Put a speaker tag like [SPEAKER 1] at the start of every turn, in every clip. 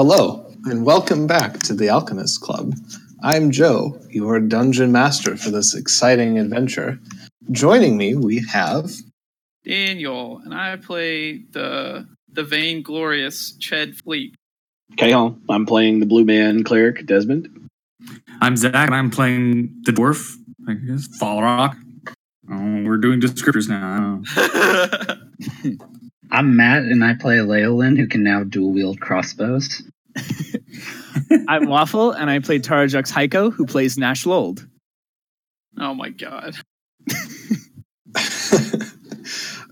[SPEAKER 1] Hello, and welcome back to the Alchemist Club. I'm Joe, your dungeon master for this exciting adventure. Joining me, we have.
[SPEAKER 2] Daniel, and I play the the vainglorious Ched Fleet.
[SPEAKER 3] Cahill, I'm playing the blue man cleric Desmond.
[SPEAKER 4] I'm Zach, and I'm playing the dwarf. I guess Fall Rock. Oh, we're doing descriptors now. I don't know.
[SPEAKER 5] I'm Matt, and I play Leolin, who can now dual wield crossbows.
[SPEAKER 6] I'm Waffle, and I play Tarajux Heiko, who plays Nash Lold.
[SPEAKER 2] oh my god.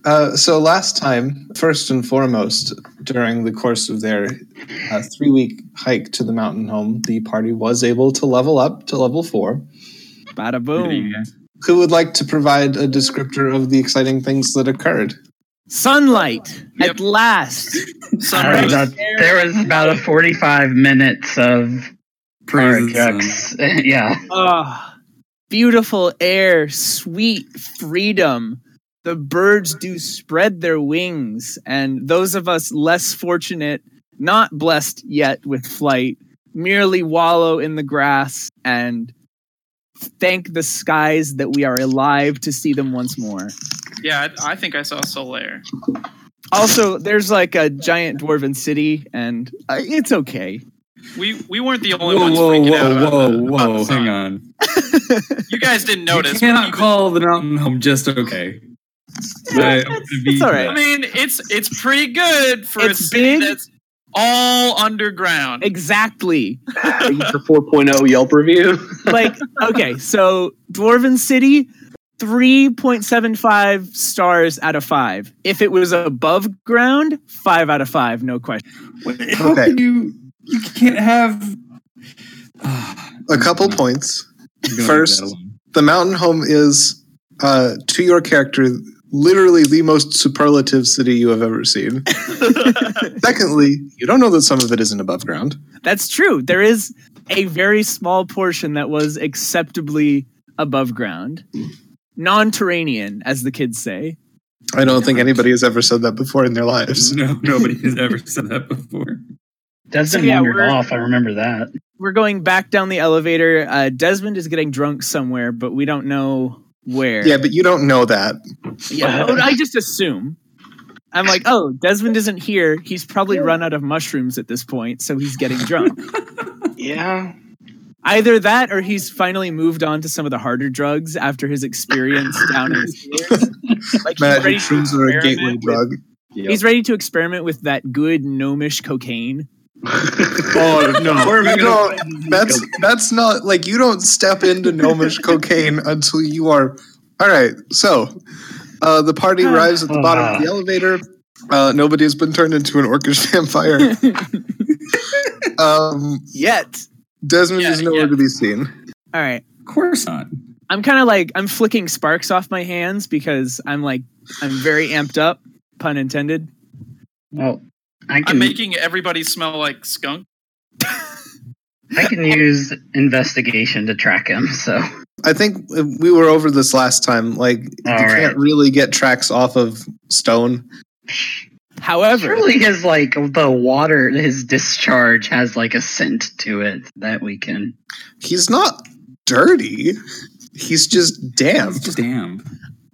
[SPEAKER 1] uh, so, last time, first and foremost, during the course of their uh, three week hike to the mountain home, the party was able to level up to level four.
[SPEAKER 6] Bada
[SPEAKER 4] Good evening,
[SPEAKER 6] boom.
[SPEAKER 4] guys.
[SPEAKER 1] Who would like to provide a descriptor of the exciting things that occurred?
[SPEAKER 6] Sunlight
[SPEAKER 2] Yep.
[SPEAKER 6] at last.
[SPEAKER 2] Some
[SPEAKER 5] All right,
[SPEAKER 2] of
[SPEAKER 5] now,
[SPEAKER 2] us-
[SPEAKER 5] there was about a 45 minutes of
[SPEAKER 4] Praise the sun.
[SPEAKER 5] Tarajux. yeah.
[SPEAKER 6] Ah, beautiful air, sweet freedom. The birds do spread their wings, and those of us less fortunate, not blessed yet with flight, merely wallow in the grass and thank the skies that we are alive to see them once more.
[SPEAKER 2] yeah, I, I think I saw Solaire.
[SPEAKER 6] Also, there's like a giant dwarven city, and uh, it's okay.
[SPEAKER 2] We we weren't the only
[SPEAKER 4] Whoa,
[SPEAKER 2] ones
[SPEAKER 4] whoa,
[SPEAKER 2] freaking out. about
[SPEAKER 4] whoa,
[SPEAKER 2] the- about
[SPEAKER 4] whoa,
[SPEAKER 2] the
[SPEAKER 4] whoa!
[SPEAKER 2] sun.
[SPEAKER 4] Oh, Hang on.
[SPEAKER 2] You guys didn't
[SPEAKER 4] you
[SPEAKER 2] notice. but
[SPEAKER 4] cannot
[SPEAKER 2] even-
[SPEAKER 4] call the mountain home just okay. I-
[SPEAKER 6] It's, it's all
[SPEAKER 2] I
[SPEAKER 6] right.
[SPEAKER 2] mean, it's it's pretty good for a
[SPEAKER 6] It's
[SPEAKER 2] city
[SPEAKER 6] big.
[SPEAKER 2] that's all underground.
[SPEAKER 6] Exactly.
[SPEAKER 3] For 4.0 Yelp review.
[SPEAKER 6] like okay so dwarven city 3.75 stars out of 5 if it was above ground 5 out of 5 no question
[SPEAKER 4] Wait, How
[SPEAKER 1] Okay.
[SPEAKER 4] can you? You can't have. Ah,
[SPEAKER 1] A couple points.
[SPEAKER 4] I'm gonna
[SPEAKER 1] First-
[SPEAKER 4] leave that alone.
[SPEAKER 1] The mountain home is, uh, to your character, literally the most superlative city you have ever seen. Secondly, you don't know that some of it isn't above ground.
[SPEAKER 6] that's true there is a very small portion that was acceptably above ground non-terranean as the kids say
[SPEAKER 1] I don't think anybody has ever said that before in their lives.
[SPEAKER 4] No, nobody has ever said that before.
[SPEAKER 5] Desmond
[SPEAKER 6] So, yeah,
[SPEAKER 5] wandered
[SPEAKER 6] we're-
[SPEAKER 5] off. I remember that.
[SPEAKER 6] we're going back down the elevator uh, desmond is getting drunk somewhere but we don't know where
[SPEAKER 1] Yeah, but you don't know that.
[SPEAKER 6] Yeah, oh, I just assume. I'm like, oh, Desmond isn't here. He's probably run out of mushrooms at this point, so he's getting drunk.
[SPEAKER 3] yeah.
[SPEAKER 6] Either that, or he's finally moved on to some of the harder drugs after his experience down in the stairs. Like he's ready,
[SPEAKER 1] Magic
[SPEAKER 6] to
[SPEAKER 1] shrooms are a gateway
[SPEAKER 6] experiment with-
[SPEAKER 1] drug.
[SPEAKER 6] he's ready to experiment with that good gnomish cocaine.
[SPEAKER 1] Oh
[SPEAKER 3] Where
[SPEAKER 1] no,
[SPEAKER 3] am I
[SPEAKER 1] you
[SPEAKER 3] gonna
[SPEAKER 1] don't, that's that's not like you don't step into gnomish cocaine until you are. All right, so uh, the party arrives at the bottom of the elevator. Uh, nobody has been turned into an orcish vampire. um,
[SPEAKER 6] Yet,
[SPEAKER 1] Desmond
[SPEAKER 2] Yeah,
[SPEAKER 1] is nowhere
[SPEAKER 2] yeah.
[SPEAKER 1] to be seen.
[SPEAKER 6] all right,
[SPEAKER 4] Of course not.
[SPEAKER 6] I'm kind of like I'm flicking sparks off my hands because I'm like I'm very amped up, pun intended.
[SPEAKER 5] Well, I
[SPEAKER 2] I'm
[SPEAKER 5] can,
[SPEAKER 2] making everybody smell like skunk.
[SPEAKER 5] I can use investigation to track him, so.
[SPEAKER 1] I think we were over this last time. Like you
[SPEAKER 5] All right.
[SPEAKER 1] can't really get tracks off of stone.
[SPEAKER 6] However,
[SPEAKER 5] Surely his, like, the water, his discharge has, like, a scent to it that we can.
[SPEAKER 1] He's not dirty. He's just damp.
[SPEAKER 4] It's just damn.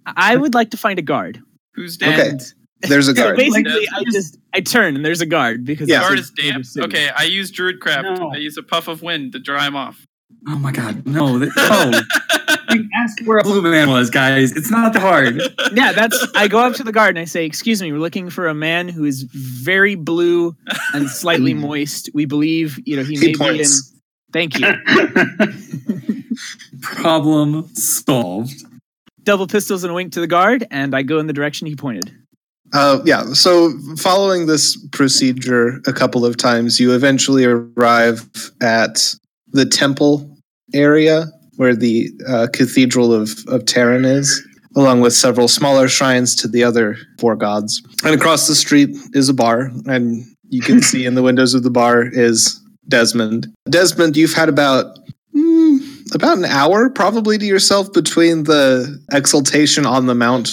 [SPEAKER 6] I would like to find a guard.
[SPEAKER 2] Who's
[SPEAKER 1] Okay,
[SPEAKER 2] dead?
[SPEAKER 1] there's a
[SPEAKER 6] So
[SPEAKER 1] guard.
[SPEAKER 6] basically,
[SPEAKER 2] Like,
[SPEAKER 6] I just I turn and there's a guard because
[SPEAKER 1] Yeah.
[SPEAKER 6] it's
[SPEAKER 2] Guard
[SPEAKER 6] a-
[SPEAKER 2] is damp.
[SPEAKER 6] it's a city.
[SPEAKER 2] Okay, I use Druidcraft.
[SPEAKER 5] No.
[SPEAKER 2] I use a puff of wind to dry him off.
[SPEAKER 4] Oh my god, no! That, oh, you asked where a blue man was, guys. It's not that hard.
[SPEAKER 6] Yeah, that's. I go up to the guard and I say, "Excuse me, we're looking for a man who is very blue and slightly moist. We believe, you know, he,
[SPEAKER 1] He
[SPEAKER 6] may
[SPEAKER 1] points.
[SPEAKER 6] be in." Thank you.
[SPEAKER 4] Problem solved.
[SPEAKER 6] Double pistols and a wink to the guard, and I go in the direction he pointed.
[SPEAKER 1] Uh, yeah. So, following this procedure a couple of times, you eventually arrive at the temple area where the uh, Cathedral of, of Terran is, along with several smaller shrines to the other four gods. And across the street is a bar, and you can see in the windows of the bar is Desmond. Desmond, you've had about. mm, about an hour, probably to yourself, between the exaltation on the mount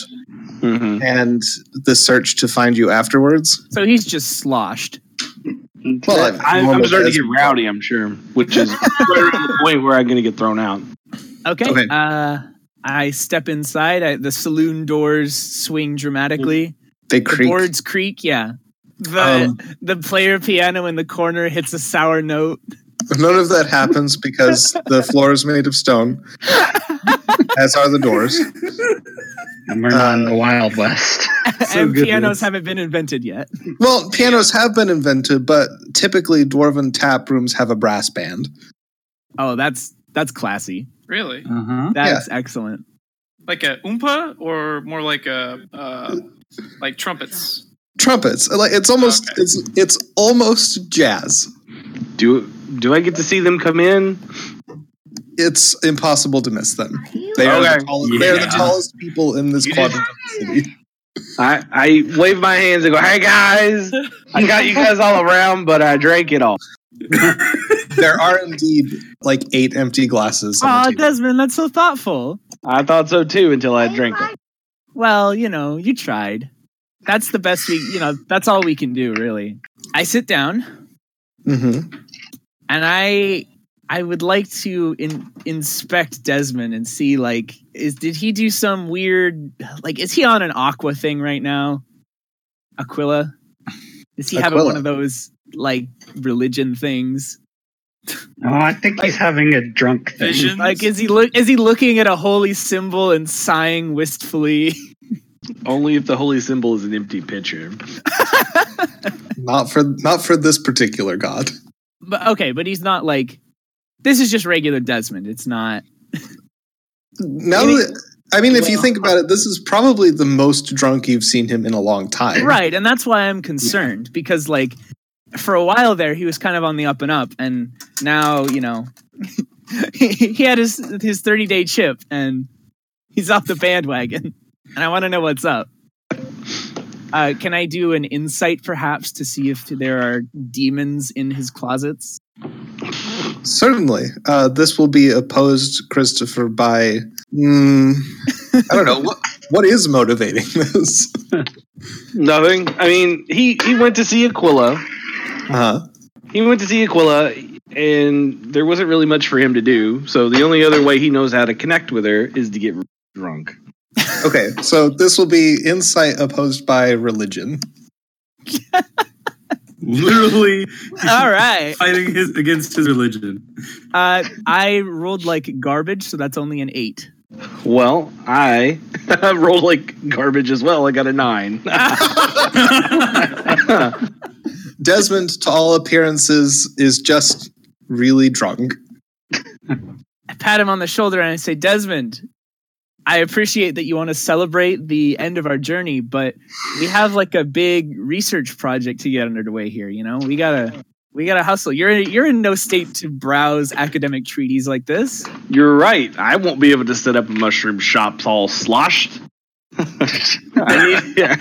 [SPEAKER 3] Mm-hmm.
[SPEAKER 1] and the search to find you afterwards.
[SPEAKER 6] So he's just sloshed.
[SPEAKER 1] Well, I've-
[SPEAKER 3] I'm, I'm
[SPEAKER 1] normal
[SPEAKER 3] starting to get
[SPEAKER 1] Desmond.
[SPEAKER 3] rowdy, I'm sure, which is right around the point where I'm going to get thrown out.
[SPEAKER 6] Okay.
[SPEAKER 1] Okay.
[SPEAKER 6] Uh, I step inside. I, the saloon doors swing dramatically.
[SPEAKER 1] They
[SPEAKER 6] The
[SPEAKER 1] creak. Um,
[SPEAKER 6] boards creak. Yeah. The the player piano in the corner hits a sour note.
[SPEAKER 1] None of that happens because the floor is made of stone, as are the doors.
[SPEAKER 5] And we're not in the Wild West.
[SPEAKER 4] So
[SPEAKER 6] and
[SPEAKER 4] good,
[SPEAKER 6] pianos
[SPEAKER 4] man.
[SPEAKER 6] haven't been invented yet.
[SPEAKER 1] Well, pianos have been invented, but typically dwarven tap rooms have a brass band.
[SPEAKER 6] Oh, that's that's classy.
[SPEAKER 2] Really?
[SPEAKER 4] Uh huh.
[SPEAKER 6] That's excellent.
[SPEAKER 2] Like a oompa or more like a uh, like trumpets?
[SPEAKER 1] Trumpets. Like it's almost it's it's almost jazz.
[SPEAKER 3] Do do I get to see them come in?
[SPEAKER 1] It's impossible to miss them. They are,
[SPEAKER 3] Okay.
[SPEAKER 1] the, tallest, they are the
[SPEAKER 4] Yeah.
[SPEAKER 1] tallest people in this
[SPEAKER 3] You did-
[SPEAKER 1] quadrant of the city.
[SPEAKER 3] I, I wave my hands and go, "Hey guys, I got you guys all around, but I drank it all."
[SPEAKER 1] There are indeed like eight empty glasses. on
[SPEAKER 6] Oh,
[SPEAKER 1] the table.
[SPEAKER 6] Desmond, that's so thoughtful.
[SPEAKER 3] I thought so too until I drank it.
[SPEAKER 6] Well, you know, you tried. That's the best we, you know, that's all we can do, really. I sit down.
[SPEAKER 1] Mhm.
[SPEAKER 6] and i i would like to in, inspect desmond and see like is did he do some weird like is he on an aqua thing right now aquila is he having
[SPEAKER 1] Aquila.
[SPEAKER 6] one of those like religion things
[SPEAKER 5] Oh, I think he's having a drunk thing.
[SPEAKER 2] Visions?
[SPEAKER 6] like is he look is he looking at a holy symbol and sighing wistfully
[SPEAKER 3] Only if the holy symbol is an empty pitcher.
[SPEAKER 1] Not for not for this particular god.
[SPEAKER 6] but okay but he's not like this is just regular desmond it's not
[SPEAKER 1] Now
[SPEAKER 6] Any-
[SPEAKER 1] that I mean, if you
[SPEAKER 6] Well- uh,
[SPEAKER 1] think about it, this is probably the most drunk you've seen him in a long time.
[SPEAKER 6] Right, and that's why I'm concerned because like for a while there he was kind of on the up and up and now, you know, he he had his his 30-day chip and he's off the bandwagon and I want to know what's up. Uh, can I do an insight perhaps to see if there are demons in his closets?
[SPEAKER 1] Certainly. Uh, this will be opposed, Christopher, by. Mm, I don't know. what, what is motivating this?
[SPEAKER 3] Nothing. I mean, he he went to see Aquila.
[SPEAKER 1] Uh-huh.
[SPEAKER 3] He went to see Aquila, and there wasn't really much for him to do. So the only other way he knows how to connect with her is to get drunk.
[SPEAKER 1] Okay, so this will be insight opposed by religion.
[SPEAKER 4] Literally
[SPEAKER 6] All right.
[SPEAKER 4] fighting his against his religion.
[SPEAKER 6] Uh, I rolled like garbage, so that's only an 8.
[SPEAKER 3] Well, I rolled like garbage as well. I got a nine.
[SPEAKER 1] Desmond, to all appearances, is just really drunk.
[SPEAKER 6] I pat him on the shoulder and I say, Desmond, I appreciate that you want to celebrate the end of our journey, but we have like a big research project to get underway here. You know, we gotta we gotta hustle. You're you're in no state to browse academic treaties like this.
[SPEAKER 3] You're right. I won't be able to set up a mushroom shop all sloshed. I need, yeah.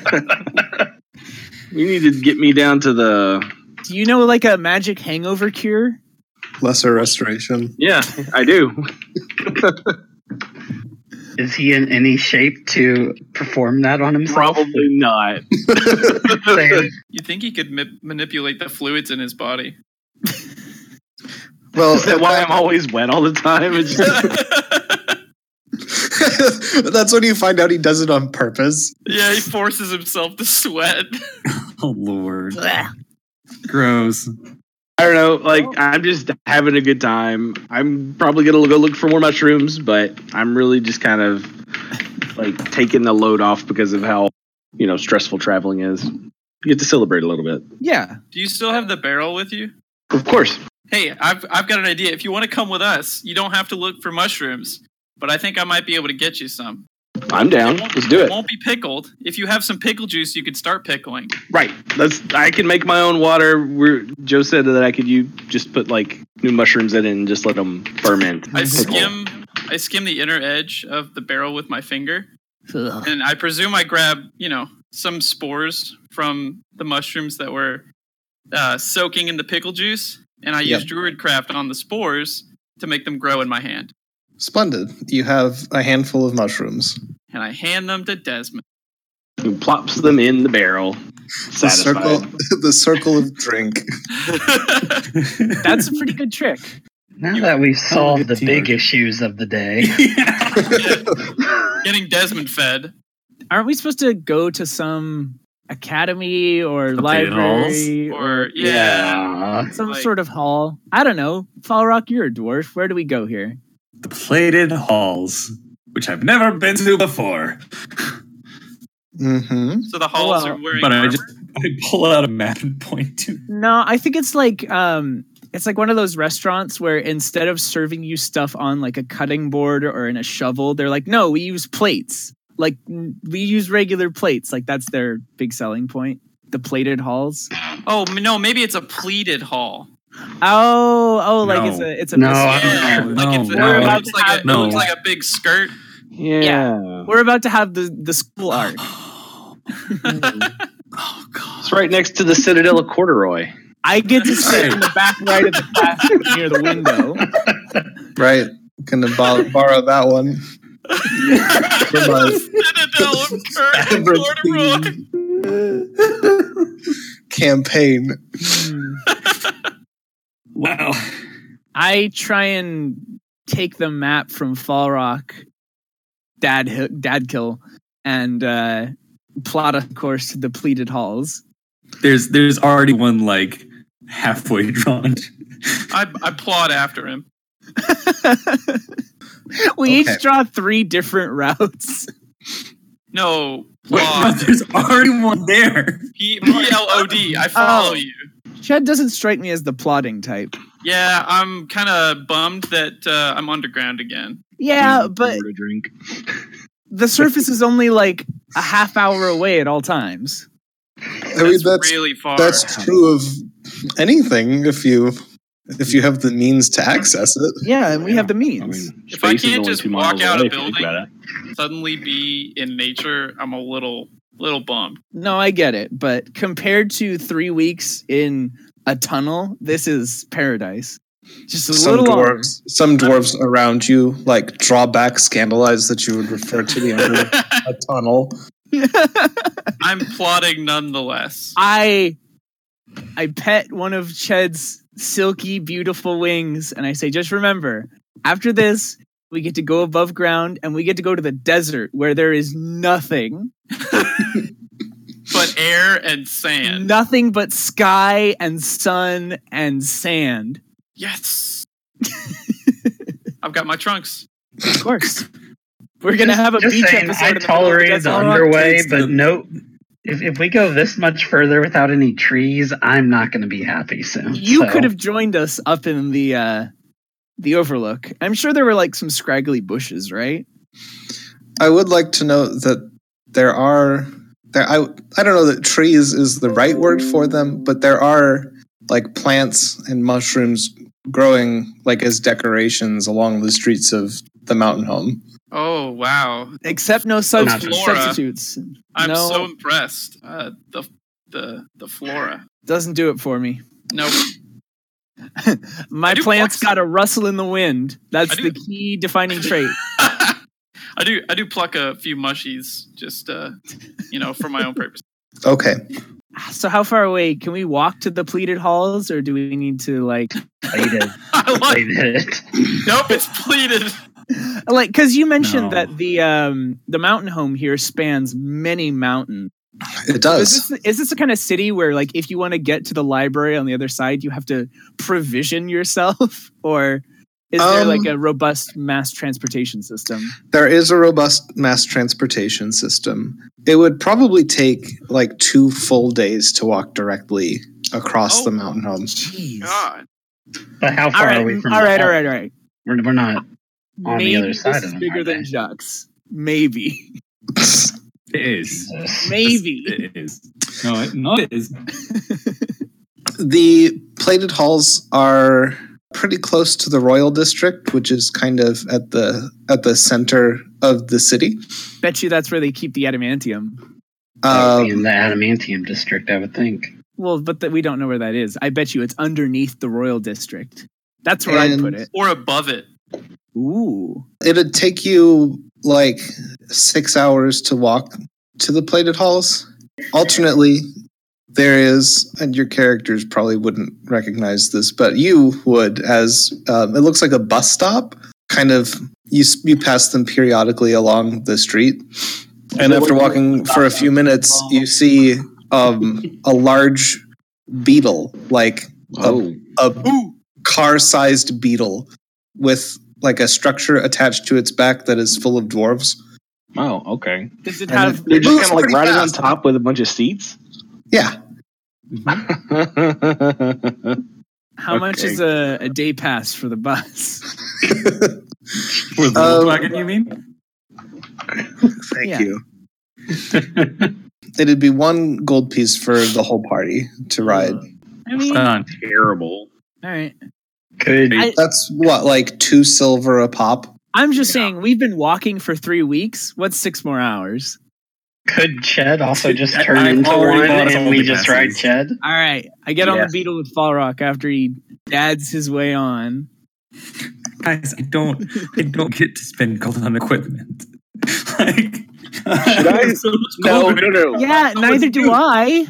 [SPEAKER 3] we need to get me down to the.
[SPEAKER 6] Do you know like a magic hangover cure?
[SPEAKER 1] Lesser restoration.
[SPEAKER 3] Yeah, I do.
[SPEAKER 5] Is he in any shape to perform that on himself?
[SPEAKER 3] Probably not.
[SPEAKER 5] Same.
[SPEAKER 2] You think he could ma- manipulate the fluids in his body?
[SPEAKER 1] Well,
[SPEAKER 3] Is that why I'm always wet all the time? It's just-
[SPEAKER 1] that's when you find out he does it on purpose.
[SPEAKER 2] yeah, he forces himself to sweat.
[SPEAKER 4] Oh lord,
[SPEAKER 6] Blech.
[SPEAKER 4] gross.
[SPEAKER 3] I don't know. Like I'm just having a good time. I'm probably gonna go look for more mushrooms, but I'm really just kind of like taking the load off because of how you know stressful traveling is. You get to celebrate a little bit,
[SPEAKER 6] Yeah.
[SPEAKER 2] Do you still have the barrel with you?
[SPEAKER 3] of course.
[SPEAKER 2] Hey, I've I've got an idea. If you want to come with us, you don't have to look for mushrooms, but I think I might be able to get you some.
[SPEAKER 3] I'm down. Let's do
[SPEAKER 2] It
[SPEAKER 3] it.
[SPEAKER 2] won't be pickled. If you have some pickle juice, you can start pickling.
[SPEAKER 3] Right. That's I can make my own water. We're, Joe said that I could you just put like new mushrooms in it and just let them ferment.
[SPEAKER 2] I
[SPEAKER 3] Pickle.
[SPEAKER 2] skim I skim the inner edge of the barrel with my finger, and I presume I grab you know some spores from the mushrooms that were uh, soaking in the pickle juice, and I
[SPEAKER 1] Yep.
[SPEAKER 2] use druidcraft on the spores to make them grow in my hand,
[SPEAKER 1] Splendid. You have a handful of mushrooms.
[SPEAKER 2] and I hand them to Desmond.
[SPEAKER 3] who plops them in the barrel.
[SPEAKER 1] The
[SPEAKER 3] Satisfied.
[SPEAKER 1] circle, the circle of drink.
[SPEAKER 6] That's a pretty good trick.
[SPEAKER 5] Now that we've solved the
[SPEAKER 4] team.
[SPEAKER 5] big issues of the day,
[SPEAKER 2] Getting Desmond fed.
[SPEAKER 6] Aren't we supposed to go to some academy or
[SPEAKER 4] Something else?
[SPEAKER 6] library
[SPEAKER 2] Or yeah.
[SPEAKER 5] yeah,
[SPEAKER 6] some
[SPEAKER 2] Like-
[SPEAKER 6] sort of hall? I don't know. Fall Rock, you're a dwarf. Where do we go here?
[SPEAKER 4] the plated halls, which I've never been to before.
[SPEAKER 1] hmm
[SPEAKER 2] So the halls
[SPEAKER 6] Well,
[SPEAKER 2] are wearing
[SPEAKER 4] But I
[SPEAKER 2] armor.
[SPEAKER 4] just I pull out a map and point to.
[SPEAKER 6] No, I think it's like um it's like one of those restaurants where instead of serving you stuff on like a cutting board or in a shovel, they're like, "No, we use plates." Like n- we use regular plates. Like that's their big selling point. The plated halls.
[SPEAKER 2] Oh m- no, maybe it's a pleated hall.
[SPEAKER 6] Oh, oh, like it's
[SPEAKER 4] No.
[SPEAKER 6] a it's a
[SPEAKER 5] No,
[SPEAKER 6] mis-
[SPEAKER 5] I don't
[SPEAKER 2] Yeah,
[SPEAKER 4] know.
[SPEAKER 2] like it's,
[SPEAKER 4] No,
[SPEAKER 2] it
[SPEAKER 6] no.
[SPEAKER 2] looks like a,
[SPEAKER 4] No.
[SPEAKER 2] it looks like a big skirt.
[SPEAKER 3] Yeah.
[SPEAKER 6] We're about to have the the school art.
[SPEAKER 4] Oh god.
[SPEAKER 3] It's right next to the Citadel of Corduroy.
[SPEAKER 6] I get to sit in the back right of the classroom near the window.
[SPEAKER 1] Right. Gonna bo- borrow that one. For my
[SPEAKER 2] Citadel of Cur-
[SPEAKER 1] fabric
[SPEAKER 2] Corduroy.
[SPEAKER 1] campaign.
[SPEAKER 6] Hmm.
[SPEAKER 4] Wow.
[SPEAKER 6] I try and take the map from Fall Rock, Dad Dadkill, and uh, plot a course to the pleated halls.
[SPEAKER 4] There's there's already one like halfway drawn.
[SPEAKER 2] I, I plod after him.
[SPEAKER 6] we
[SPEAKER 1] Okay.
[SPEAKER 6] each draw three different routes.
[SPEAKER 2] No,
[SPEAKER 4] Wait, no,
[SPEAKER 2] plod.
[SPEAKER 4] there's already one there.
[SPEAKER 2] P L O D. I follow
[SPEAKER 6] Oh.
[SPEAKER 2] you.
[SPEAKER 6] Chad doesn't strike me as the plotting type.
[SPEAKER 2] Yeah, I'm kind of bummed that uh, I'm underground again.
[SPEAKER 6] Yeah, but
[SPEAKER 3] Order a drink.
[SPEAKER 6] the surface is only like a half hour away at all times.
[SPEAKER 1] I
[SPEAKER 2] That's
[SPEAKER 1] mean, that's
[SPEAKER 2] really far.
[SPEAKER 1] that's true of anything if you if you have the means to access it.
[SPEAKER 6] Yeah, and we have the means.
[SPEAKER 2] If I
[SPEAKER 3] space is
[SPEAKER 2] can't
[SPEAKER 3] only
[SPEAKER 2] just
[SPEAKER 3] two
[SPEAKER 2] walk
[SPEAKER 3] miles
[SPEAKER 2] out a
[SPEAKER 3] away if you think
[SPEAKER 2] building-
[SPEAKER 3] about it.
[SPEAKER 2] Suddenly be in nature. I'm a little little bummed.
[SPEAKER 6] No, I get it, but compared to three weeks in a tunnel, this is paradise. Just a
[SPEAKER 1] Some
[SPEAKER 6] little longer.
[SPEAKER 1] dwarves, some dwarves around you, like draw back, scandalized that you would refer to the under a tunnel.
[SPEAKER 2] I'm plotting nonetheless.
[SPEAKER 6] I I pet one of Ched's silky, beautiful wings, and I say, just remember, after this, we get to go above ground and we get to go to the desert where there is nothing.
[SPEAKER 2] But air and sand.
[SPEAKER 6] Nothing but sky and sun and sand.
[SPEAKER 2] Yes. I've got my trunks.
[SPEAKER 6] Of course. We're gonna have a
[SPEAKER 5] just
[SPEAKER 6] beach
[SPEAKER 5] saying,
[SPEAKER 6] episode.
[SPEAKER 5] I
[SPEAKER 6] in the middle of
[SPEAKER 5] tolerated the
[SPEAKER 6] desert.
[SPEAKER 5] underway,
[SPEAKER 4] takes
[SPEAKER 5] but
[SPEAKER 4] the-
[SPEAKER 5] no. If, if we go this much further without any trees, I'm not going to be happy soon.
[SPEAKER 6] you
[SPEAKER 5] so-
[SPEAKER 6] could have joined us up in the uh the overlook i'm sure there were like some scraggly bushes right
[SPEAKER 1] I would like to note that there are there I I don't know that trees is the right word for them, but there are like plants and mushrooms growing like as decorations along the streets of the mountain home.
[SPEAKER 2] Oh wow!
[SPEAKER 6] except no
[SPEAKER 5] Not
[SPEAKER 6] subst-
[SPEAKER 5] just-
[SPEAKER 6] substitutes
[SPEAKER 2] I'm
[SPEAKER 6] No.
[SPEAKER 2] so impressed. Uh, the the the flora.
[SPEAKER 6] doesn't do it for me
[SPEAKER 2] Nope.
[SPEAKER 6] my
[SPEAKER 2] I do
[SPEAKER 6] plants
[SPEAKER 2] pluck some.
[SPEAKER 6] got a rustle in the wind that's
[SPEAKER 2] I do-
[SPEAKER 6] the key defining trait
[SPEAKER 2] I do I do pluck a few mushies just uh, you know for my own purpose.
[SPEAKER 1] Okay.
[SPEAKER 6] so how far away can we walk to the pleated halls or do we need to like
[SPEAKER 5] Plated,
[SPEAKER 2] I like
[SPEAKER 5] plated.
[SPEAKER 2] nope. It's pleated.
[SPEAKER 6] like because you mentioned
[SPEAKER 4] No.
[SPEAKER 6] that the um the mountain home here spans many mountains
[SPEAKER 1] It
[SPEAKER 5] Oh,
[SPEAKER 6] Is
[SPEAKER 1] does.
[SPEAKER 6] this, is this the kind of city where, like, if you want to get to the library on the other side, you have to provision yourself, or is there
[SPEAKER 1] Um,
[SPEAKER 6] like a robust mass transportation system?
[SPEAKER 1] There is a robust mass transportation system. It would probably take like two full days to walk directly across
[SPEAKER 2] Oh.
[SPEAKER 1] the mountain home.
[SPEAKER 6] Jeez.
[SPEAKER 2] God.
[SPEAKER 5] But how
[SPEAKER 6] All
[SPEAKER 5] far
[SPEAKER 6] right,
[SPEAKER 5] are we from
[SPEAKER 6] all
[SPEAKER 5] the
[SPEAKER 6] right, all
[SPEAKER 5] hall?
[SPEAKER 6] right, all right.
[SPEAKER 5] We're, we're not. On the
[SPEAKER 6] Maybe
[SPEAKER 5] other side
[SPEAKER 6] this
[SPEAKER 5] of
[SPEAKER 6] is
[SPEAKER 5] them,
[SPEAKER 6] bigger
[SPEAKER 5] aren't
[SPEAKER 6] than
[SPEAKER 5] they?
[SPEAKER 6] Jux. Maybe,
[SPEAKER 4] It is.
[SPEAKER 6] maybe.
[SPEAKER 4] It is. No, it, no, it is.
[SPEAKER 6] Um,
[SPEAKER 1] the plated halls are pretty close to the royal district, which is kind of at the at the center of the city.
[SPEAKER 6] Bet you that's where they keep the adamantium.
[SPEAKER 5] That would be in
[SPEAKER 1] Um,
[SPEAKER 5] the adamantium district, I would think.
[SPEAKER 6] Well, but that we don't know where that is. I bet you it's underneath the royal district. That's where I
[SPEAKER 1] And-
[SPEAKER 6] put it.
[SPEAKER 2] Or above it.
[SPEAKER 6] Ooh.
[SPEAKER 1] it'd take you like six hours to walk to the plated halls. Alternately, there is, and your characters probably wouldn't recognize this, but you would, as um, it looks like a bus stop. Kind of, you s- you pass them periodically along the street, and after walking for a few minutes, you see um, a large beetle, like
[SPEAKER 3] Oh,
[SPEAKER 1] a car-sized beetle with like a structure attached to its back that is full of dwarves.
[SPEAKER 3] wow, Oh, okay.
[SPEAKER 6] Does it
[SPEAKER 3] And
[SPEAKER 6] have?
[SPEAKER 3] they're just
[SPEAKER 1] moves
[SPEAKER 3] kind of like
[SPEAKER 1] pretty
[SPEAKER 3] riding
[SPEAKER 1] fast.
[SPEAKER 3] on top with a bunch of seats.
[SPEAKER 1] Yeah,
[SPEAKER 6] How much
[SPEAKER 3] okay.
[SPEAKER 6] is a, a day pass for the bus?
[SPEAKER 4] With the
[SPEAKER 1] Um,
[SPEAKER 4] wagon, you mean?
[SPEAKER 1] thank
[SPEAKER 6] Yeah.
[SPEAKER 1] you. It'd be one gold piece for the whole party to ride.
[SPEAKER 6] I mean,
[SPEAKER 5] Uh,
[SPEAKER 6] all
[SPEAKER 4] Done.
[SPEAKER 3] Terrible.
[SPEAKER 6] right.
[SPEAKER 5] Could
[SPEAKER 6] I,
[SPEAKER 1] That's what, like two silver a pop?
[SPEAKER 6] I'm just saying we've been walking for three weeks. What's six more hours?
[SPEAKER 5] could Ched also just
[SPEAKER 4] I-
[SPEAKER 5] turn
[SPEAKER 4] I've
[SPEAKER 5] into
[SPEAKER 4] already
[SPEAKER 5] one
[SPEAKER 4] bought us
[SPEAKER 5] and
[SPEAKER 4] all
[SPEAKER 5] we
[SPEAKER 4] the
[SPEAKER 5] just ride
[SPEAKER 4] passes.
[SPEAKER 5] Ched?
[SPEAKER 6] All right, I get on
[SPEAKER 3] Yeah.
[SPEAKER 6] the beetle with Fall Rock after he dads his way on.
[SPEAKER 4] Guys, I don't I don't get to spend gold on equipment. like
[SPEAKER 3] I-
[SPEAKER 4] it's so much
[SPEAKER 3] No,
[SPEAKER 4] gold.
[SPEAKER 3] no, no.
[SPEAKER 6] Yeah, neither do I.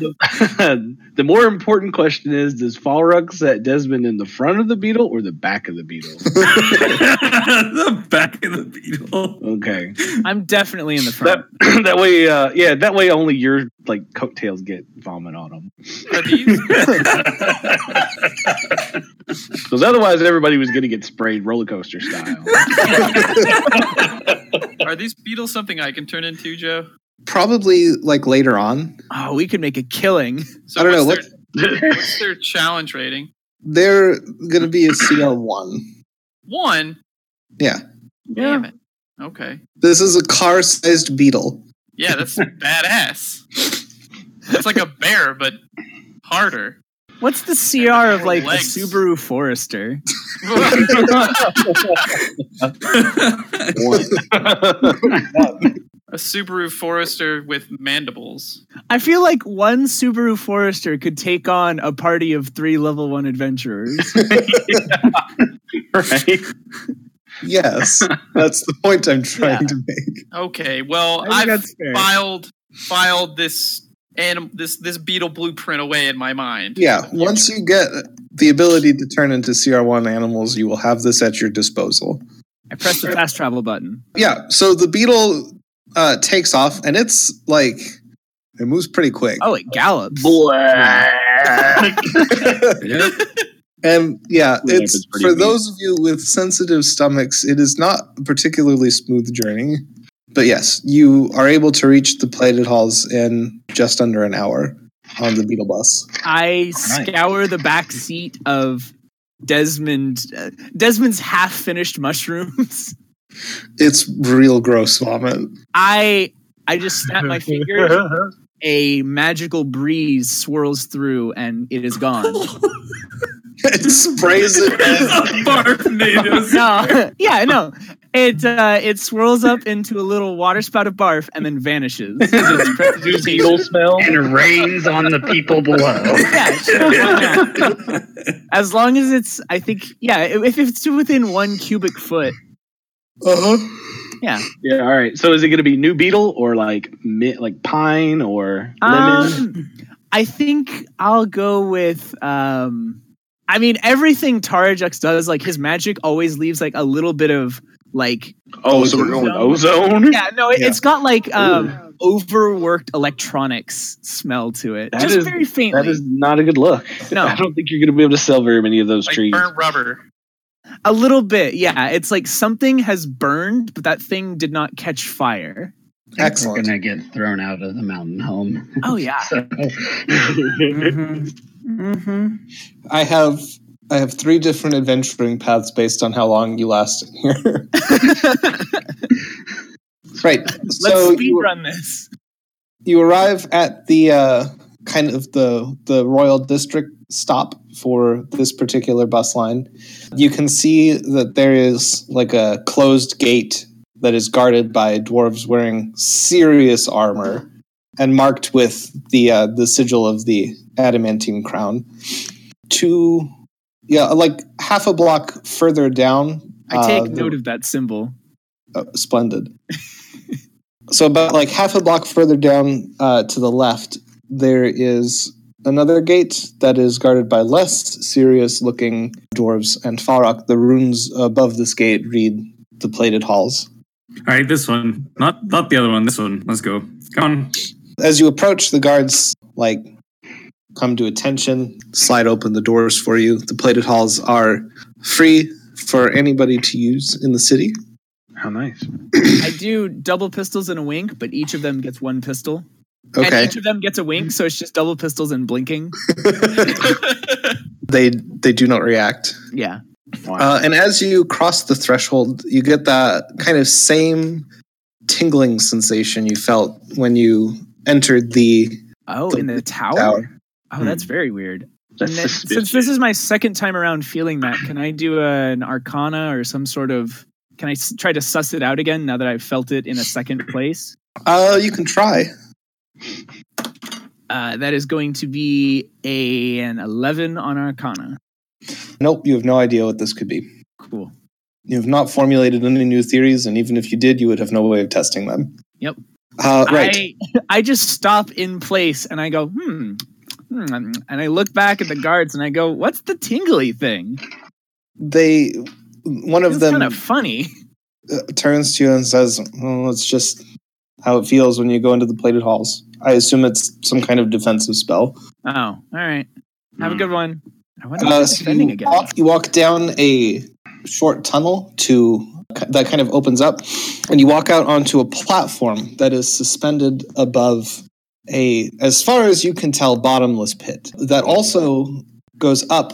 [SPEAKER 3] the more important question is: Does Falrux set Desmond in the front of the beetle or the back of the beetle?
[SPEAKER 4] the back of the beetle.
[SPEAKER 3] Okay,
[SPEAKER 6] I'm definitely in the front.
[SPEAKER 3] that that way, uh, yeah, that way only your like coattails get vomit on them.
[SPEAKER 2] Are these?
[SPEAKER 3] Because otherwise, everybody was going to get sprayed roller coaster style.
[SPEAKER 2] Are these beetles something I can turn into, Joe?
[SPEAKER 1] Probably like later on.
[SPEAKER 6] oh, we could make a killing.
[SPEAKER 2] So
[SPEAKER 1] I don't know,
[SPEAKER 2] what's Their, what's their challenge rating?
[SPEAKER 1] They're going to be a CL1.
[SPEAKER 2] One.
[SPEAKER 1] Yeah.
[SPEAKER 2] Damn it. Okay.
[SPEAKER 1] This is a car sized beetle.
[SPEAKER 2] Yeah, that's badass. That's like a bear, but harder.
[SPEAKER 6] What's the CR of like
[SPEAKER 2] Legs.
[SPEAKER 6] a Subaru Forester?
[SPEAKER 3] One.
[SPEAKER 2] a Subaru Forester with mandibles.
[SPEAKER 6] I feel like one Subaru Forester could take on a party of three level one adventurers.
[SPEAKER 3] right?
[SPEAKER 1] Yes. that's the point I'm trying to make.
[SPEAKER 2] Okay, well,
[SPEAKER 6] I think
[SPEAKER 2] I've
[SPEAKER 6] that's fair.
[SPEAKER 2] filed filed this anim- this this beetle blueprint away in my mind.
[SPEAKER 1] Yeah. Once you get the ability to turn into CR1 animals, you will have this at your disposal.
[SPEAKER 6] I press the fast travel button.
[SPEAKER 1] Yeah. So the beetle uh, takes off and it's like, it moves pretty quick.
[SPEAKER 6] Oh, it gallops.
[SPEAKER 4] Yep.
[SPEAKER 1] And yeah,
[SPEAKER 3] Yeah,
[SPEAKER 1] it's,
[SPEAKER 3] it's pretty
[SPEAKER 1] for
[SPEAKER 3] weak.
[SPEAKER 1] those of you with sensitive stomachs, it is not a particularly smooth journey. But yes, you are able to reach the plated halls in just under an hour on the beetle bus.
[SPEAKER 6] I scour the back seat of Desmond. uh, Desmond's half finished mushrooms.
[SPEAKER 1] It's real gross vomit.
[SPEAKER 6] I I just snap my finger. A magical breeze swirls through, and it is gone.
[SPEAKER 1] it sprays it. as-
[SPEAKER 4] It's a barf,
[SPEAKER 6] no, yeah, no. It uh, it swirls up into a little water spout of barf and then vanishes. It's prestidigitation.
[SPEAKER 3] smell.
[SPEAKER 5] And rains on the people below.
[SPEAKER 6] Yeah, sure, why not? As long as it's, I think, yeah, if if it's within one cubic foot,
[SPEAKER 1] uh-huh.
[SPEAKER 6] yeah.
[SPEAKER 3] Yeah. All right. So is it going to be new beetle or like mint, like pine or lemon?
[SPEAKER 6] Um, I think I'll go with. Um, I mean, everything Tarajux does, like his magic, always leaves like a little bit of like.
[SPEAKER 3] oh, so we're going with ozone.
[SPEAKER 6] Yeah, no, it,
[SPEAKER 1] Yeah.
[SPEAKER 6] it's got like um, overworked electronics smell to it,
[SPEAKER 3] That
[SPEAKER 6] just
[SPEAKER 3] is-
[SPEAKER 6] very faintly.
[SPEAKER 3] That is not a good look. I
[SPEAKER 6] no,
[SPEAKER 3] don't think you're going to be able to sell very many of those
[SPEAKER 2] Like
[SPEAKER 3] trees.
[SPEAKER 2] burnt rubber.
[SPEAKER 6] a little bit. Yeah, it's like something has burned, but that thing did not catch fire.
[SPEAKER 5] We're
[SPEAKER 1] Excellent.
[SPEAKER 5] gonna get thrown out of the mountain home.
[SPEAKER 6] Oh yeah.
[SPEAKER 5] So,
[SPEAKER 3] Mm-hmm.
[SPEAKER 6] Mm-hmm.
[SPEAKER 1] I have I have three different adventuring paths based on how long you last in here. right.
[SPEAKER 6] Let's
[SPEAKER 1] so you-
[SPEAKER 6] speedrun this.
[SPEAKER 1] you arrive at the uh, kind of the the royal district stop for this particular bus line you can see that there is like a closed gate that is guarded by dwarves wearing serious armor and marked with the uh, the sigil of the adamantine crown two yeah like half a block further down
[SPEAKER 6] I take
[SPEAKER 1] uh,
[SPEAKER 6] note of that symbol.
[SPEAKER 1] uh, splendid. So about like half a block further down uh, to the left, there is another gate that is guarded by less serious-looking dwarves and Farok. The runes above this gate read the plated halls.
[SPEAKER 4] All right, this one, not not the other one. This one. Let's go. Come on.
[SPEAKER 1] As you approach, the guards like come to attention, slide open the doors for you. The plated halls are free for anybody to use in the city.
[SPEAKER 3] How nice.
[SPEAKER 6] I do double pistols and a wink, but each of them gets one pistol.
[SPEAKER 1] Okay.
[SPEAKER 6] And each of them gets a wink, so it's just double pistols and blinking.
[SPEAKER 1] they they do not react.
[SPEAKER 6] Yeah.
[SPEAKER 3] Wow.
[SPEAKER 1] Uh, and as you cross the threshold, you get that kind of same tingling sensation you felt when you entered the
[SPEAKER 6] Oh,
[SPEAKER 1] The
[SPEAKER 6] in the tower?
[SPEAKER 1] tower. Hmm.
[SPEAKER 6] Oh, that's very weird.
[SPEAKER 3] That's
[SPEAKER 6] And then-
[SPEAKER 3] suspicious.
[SPEAKER 6] since this is my second time around feeling that, can I do an arcana or some sort of. Can I s- try to suss it out again now that I've felt it in a second place?
[SPEAKER 1] Uh, you can try.
[SPEAKER 6] Uh, that is going to be a, an 11 on arcana.
[SPEAKER 1] Nope, you have no idea what this could be.
[SPEAKER 6] Cool.
[SPEAKER 1] You have not formulated any new theories, and even if you did, you would have no way of testing them.
[SPEAKER 6] Yep.
[SPEAKER 1] Uh, right.
[SPEAKER 6] I, I just stop in place and I go, hmm, hmm. And I look back at the guards and I go, what's the tingly thing?
[SPEAKER 1] they, one of
[SPEAKER 6] It's
[SPEAKER 1] them
[SPEAKER 6] kind of funny.
[SPEAKER 1] uh, turns to you and says, "Oh, "It's just how it feels when you go into the plated halls." I assume it's some kind of defensive spell.
[SPEAKER 6] Oh, all right. Have a
[SPEAKER 3] Mm.
[SPEAKER 6] good one. I wonder
[SPEAKER 1] Hmm. Uh,
[SPEAKER 6] what's
[SPEAKER 1] so
[SPEAKER 6] defending
[SPEAKER 1] you,
[SPEAKER 6] again.
[SPEAKER 1] walk, you walk down a short tunnel to that kind of opens up, and you walk out onto a platform that is suspended above a, as far as you can tell, bottomless pit that also goes up,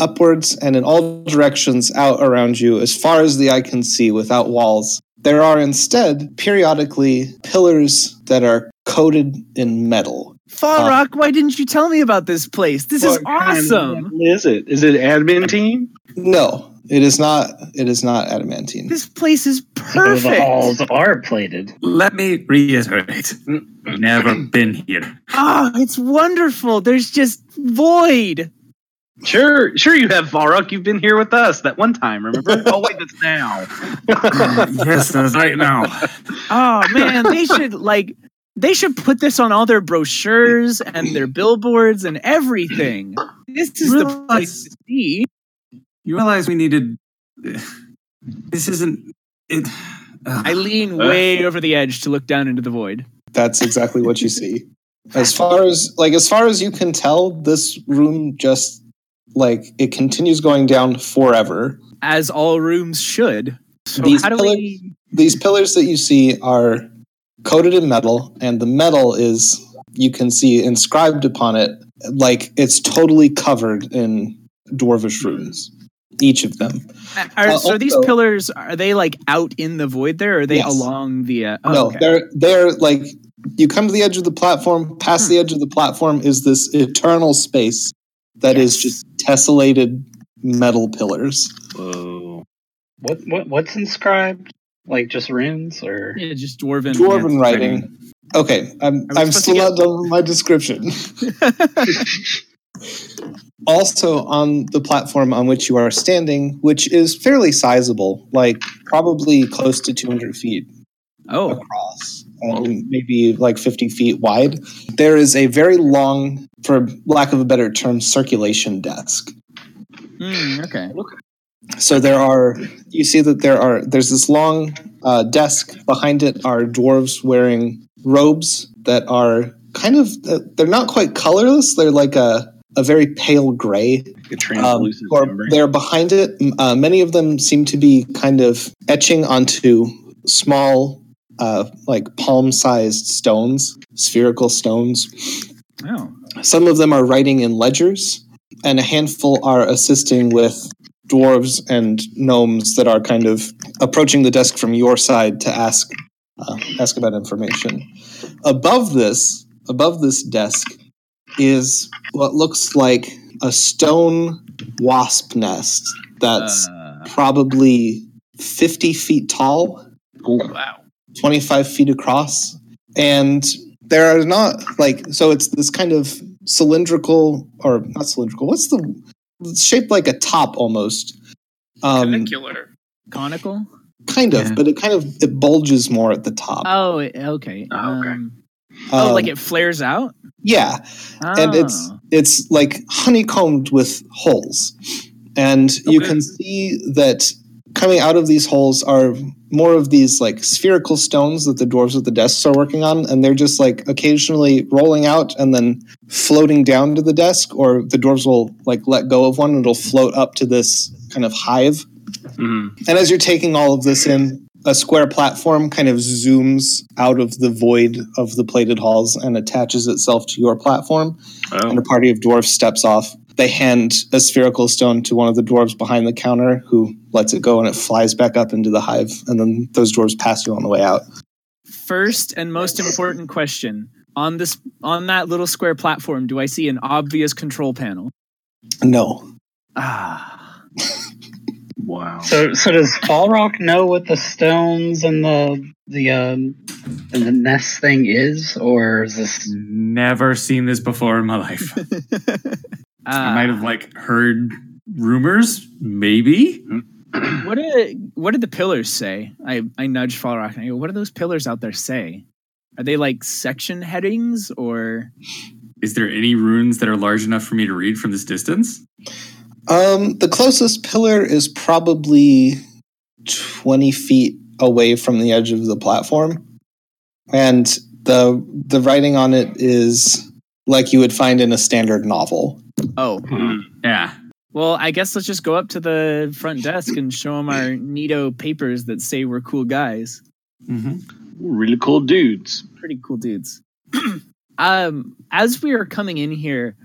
[SPEAKER 1] upwards, and in all directions out around you, as far as the eye can see, without walls. There are instead periodically pillars that are coated in metal.
[SPEAKER 6] Farrock, why didn't you tell me about this place? This is
[SPEAKER 3] What kind of
[SPEAKER 6] awesome.
[SPEAKER 3] level is it? Is it admin team?
[SPEAKER 1] No, it is not. It is not adamantine.
[SPEAKER 6] This place is
[SPEAKER 5] So the
[SPEAKER 6] perfect.
[SPEAKER 5] halls are plated.
[SPEAKER 4] Let me reiterate. Never been here.
[SPEAKER 6] Oh, it's wonderful. There's just void.
[SPEAKER 3] Sure, sure you have Varuk. You've been here with us that one time, remember? oh wait, that's now.
[SPEAKER 4] yes, that's right now.
[SPEAKER 6] Oh man, they should like they should put this on all their brochures and their billboards and everything. This is the
[SPEAKER 4] Really?
[SPEAKER 6] place to be.
[SPEAKER 4] You realize we needed. This isn't it.
[SPEAKER 6] I
[SPEAKER 4] Uh,
[SPEAKER 6] lean way over the edge to look down into the void.
[SPEAKER 1] that's exactly what you see as far as like as far as you can tell this room just like it continues going down forever
[SPEAKER 6] As all rooms should. So
[SPEAKER 1] These
[SPEAKER 6] how do
[SPEAKER 1] pillars-
[SPEAKER 6] we
[SPEAKER 1] these pillars that you see are coated in metal and the metal is you can see inscribed upon it like it's totally covered in dwarvish runes each of them
[SPEAKER 6] are,
[SPEAKER 1] Uh,
[SPEAKER 6] so these
[SPEAKER 1] also-
[SPEAKER 6] pillars are they like out in the void there or are they
[SPEAKER 1] Yes.
[SPEAKER 6] along the uh, oh,
[SPEAKER 1] no
[SPEAKER 6] okay.
[SPEAKER 1] they're they're like you come to the edge of the platform
[SPEAKER 6] Hmm.
[SPEAKER 1] past the edge of the platform is this eternal space that is just tessellated metal pillars
[SPEAKER 3] Whoa.
[SPEAKER 5] What what what's inscribed? Like just runes or
[SPEAKER 6] Yeah, just dwarven.
[SPEAKER 1] dwarven writing okay i'm,
[SPEAKER 6] we
[SPEAKER 1] I'm
[SPEAKER 6] supposed to
[SPEAKER 1] still not done with my description also on the platform on which you are standing which is fairly sizable like probably close to 200 feet
[SPEAKER 6] Oh,
[SPEAKER 1] across and maybe like 50 feet wide there is a very long for lack of a better term circulation desk
[SPEAKER 6] mm, okay.
[SPEAKER 1] so there are you see that there are there's this long uh, desk behind it are dwarves wearing robes that are kind of uh, they're not quite colorless they're like a a very pale gray
[SPEAKER 3] A
[SPEAKER 1] um,
[SPEAKER 3] translucent
[SPEAKER 1] or
[SPEAKER 3] membrane.
[SPEAKER 1] they're behind it M- uh, many of them seem to be kind of etching onto small uh, like palm-sized stones spherical stones
[SPEAKER 6] Oh,
[SPEAKER 1] some of them are writing in ledgers, and a handful are assisting with dwarves and gnomes that are kind of approaching the desk from your side to ask uh, ask about information. Above this, above this desk, is what looks like a stone wasp nest that's
[SPEAKER 6] uh,
[SPEAKER 1] probably fifty feet tall
[SPEAKER 2] Wow.
[SPEAKER 1] 25 feet across and there are not like so it's this kind of cylindrical or not cylindrical what's the it's shaped like a top almost um
[SPEAKER 2] Canicular.
[SPEAKER 6] conical.
[SPEAKER 1] Kind of,
[SPEAKER 4] Yeah.
[SPEAKER 1] but it kind of it bulges more at the top.
[SPEAKER 6] Oh, it- okay.
[SPEAKER 3] Oh, okay.
[SPEAKER 6] Um,
[SPEAKER 1] Uh,
[SPEAKER 6] oh,
[SPEAKER 1] Ah, Um,
[SPEAKER 6] like it flares out.
[SPEAKER 1] yeah, and it's
[SPEAKER 6] Ah.
[SPEAKER 1] it's like honeycombed with holes and you
[SPEAKER 2] Okay.
[SPEAKER 1] can see that coming out of these holes are more of these like spherical stones that the dwarves with the desks are working on and they're just like occasionally rolling out and then floating down to the desk or the dwarves will like let go of one and it'll float up to this kind of hive
[SPEAKER 3] Mhm.
[SPEAKER 1] and as you're taking all of this in a square platform kind of zooms out of the void of the plated halls and attaches itself to your platform and a
[SPEAKER 3] Oh.
[SPEAKER 1] party of dwarves steps off. They hand a spherical stone to one of the dwarves behind the counter, who lets it go and it flies back up into the hive. And then those dwarves pass you on the way out.
[SPEAKER 6] First and most important question on this on that little square platform. Do I see an obvious control panel?
[SPEAKER 1] No,
[SPEAKER 6] Ah,
[SPEAKER 3] Wow.
[SPEAKER 5] So, so does Fallrock know what the stones and the the um and the nest thing is, or is this?
[SPEAKER 4] Never seen this before in my life. I
[SPEAKER 6] Ah.
[SPEAKER 4] might have like heard rumors, maybe.
[SPEAKER 6] What did what did the pillars say? I I nudge Falrock and I go, "What do those pillars out there say? Are they like section headings or?"
[SPEAKER 4] Is there any runes that are large enough for me to read from this distance?
[SPEAKER 1] um, the closest pillar is probably twenty feet away from the edge of the platform, and the the writing on it is like you would find in a standard novel.
[SPEAKER 6] Oh,
[SPEAKER 3] Hmm.
[SPEAKER 4] Yeah.
[SPEAKER 6] well, I guess let's just go up to the front desk and show them our neato papers that say we're cool guys.
[SPEAKER 4] Mm-hmm.
[SPEAKER 3] Really cool dudes.
[SPEAKER 6] Pretty cool dudes. um, as we are coming in here,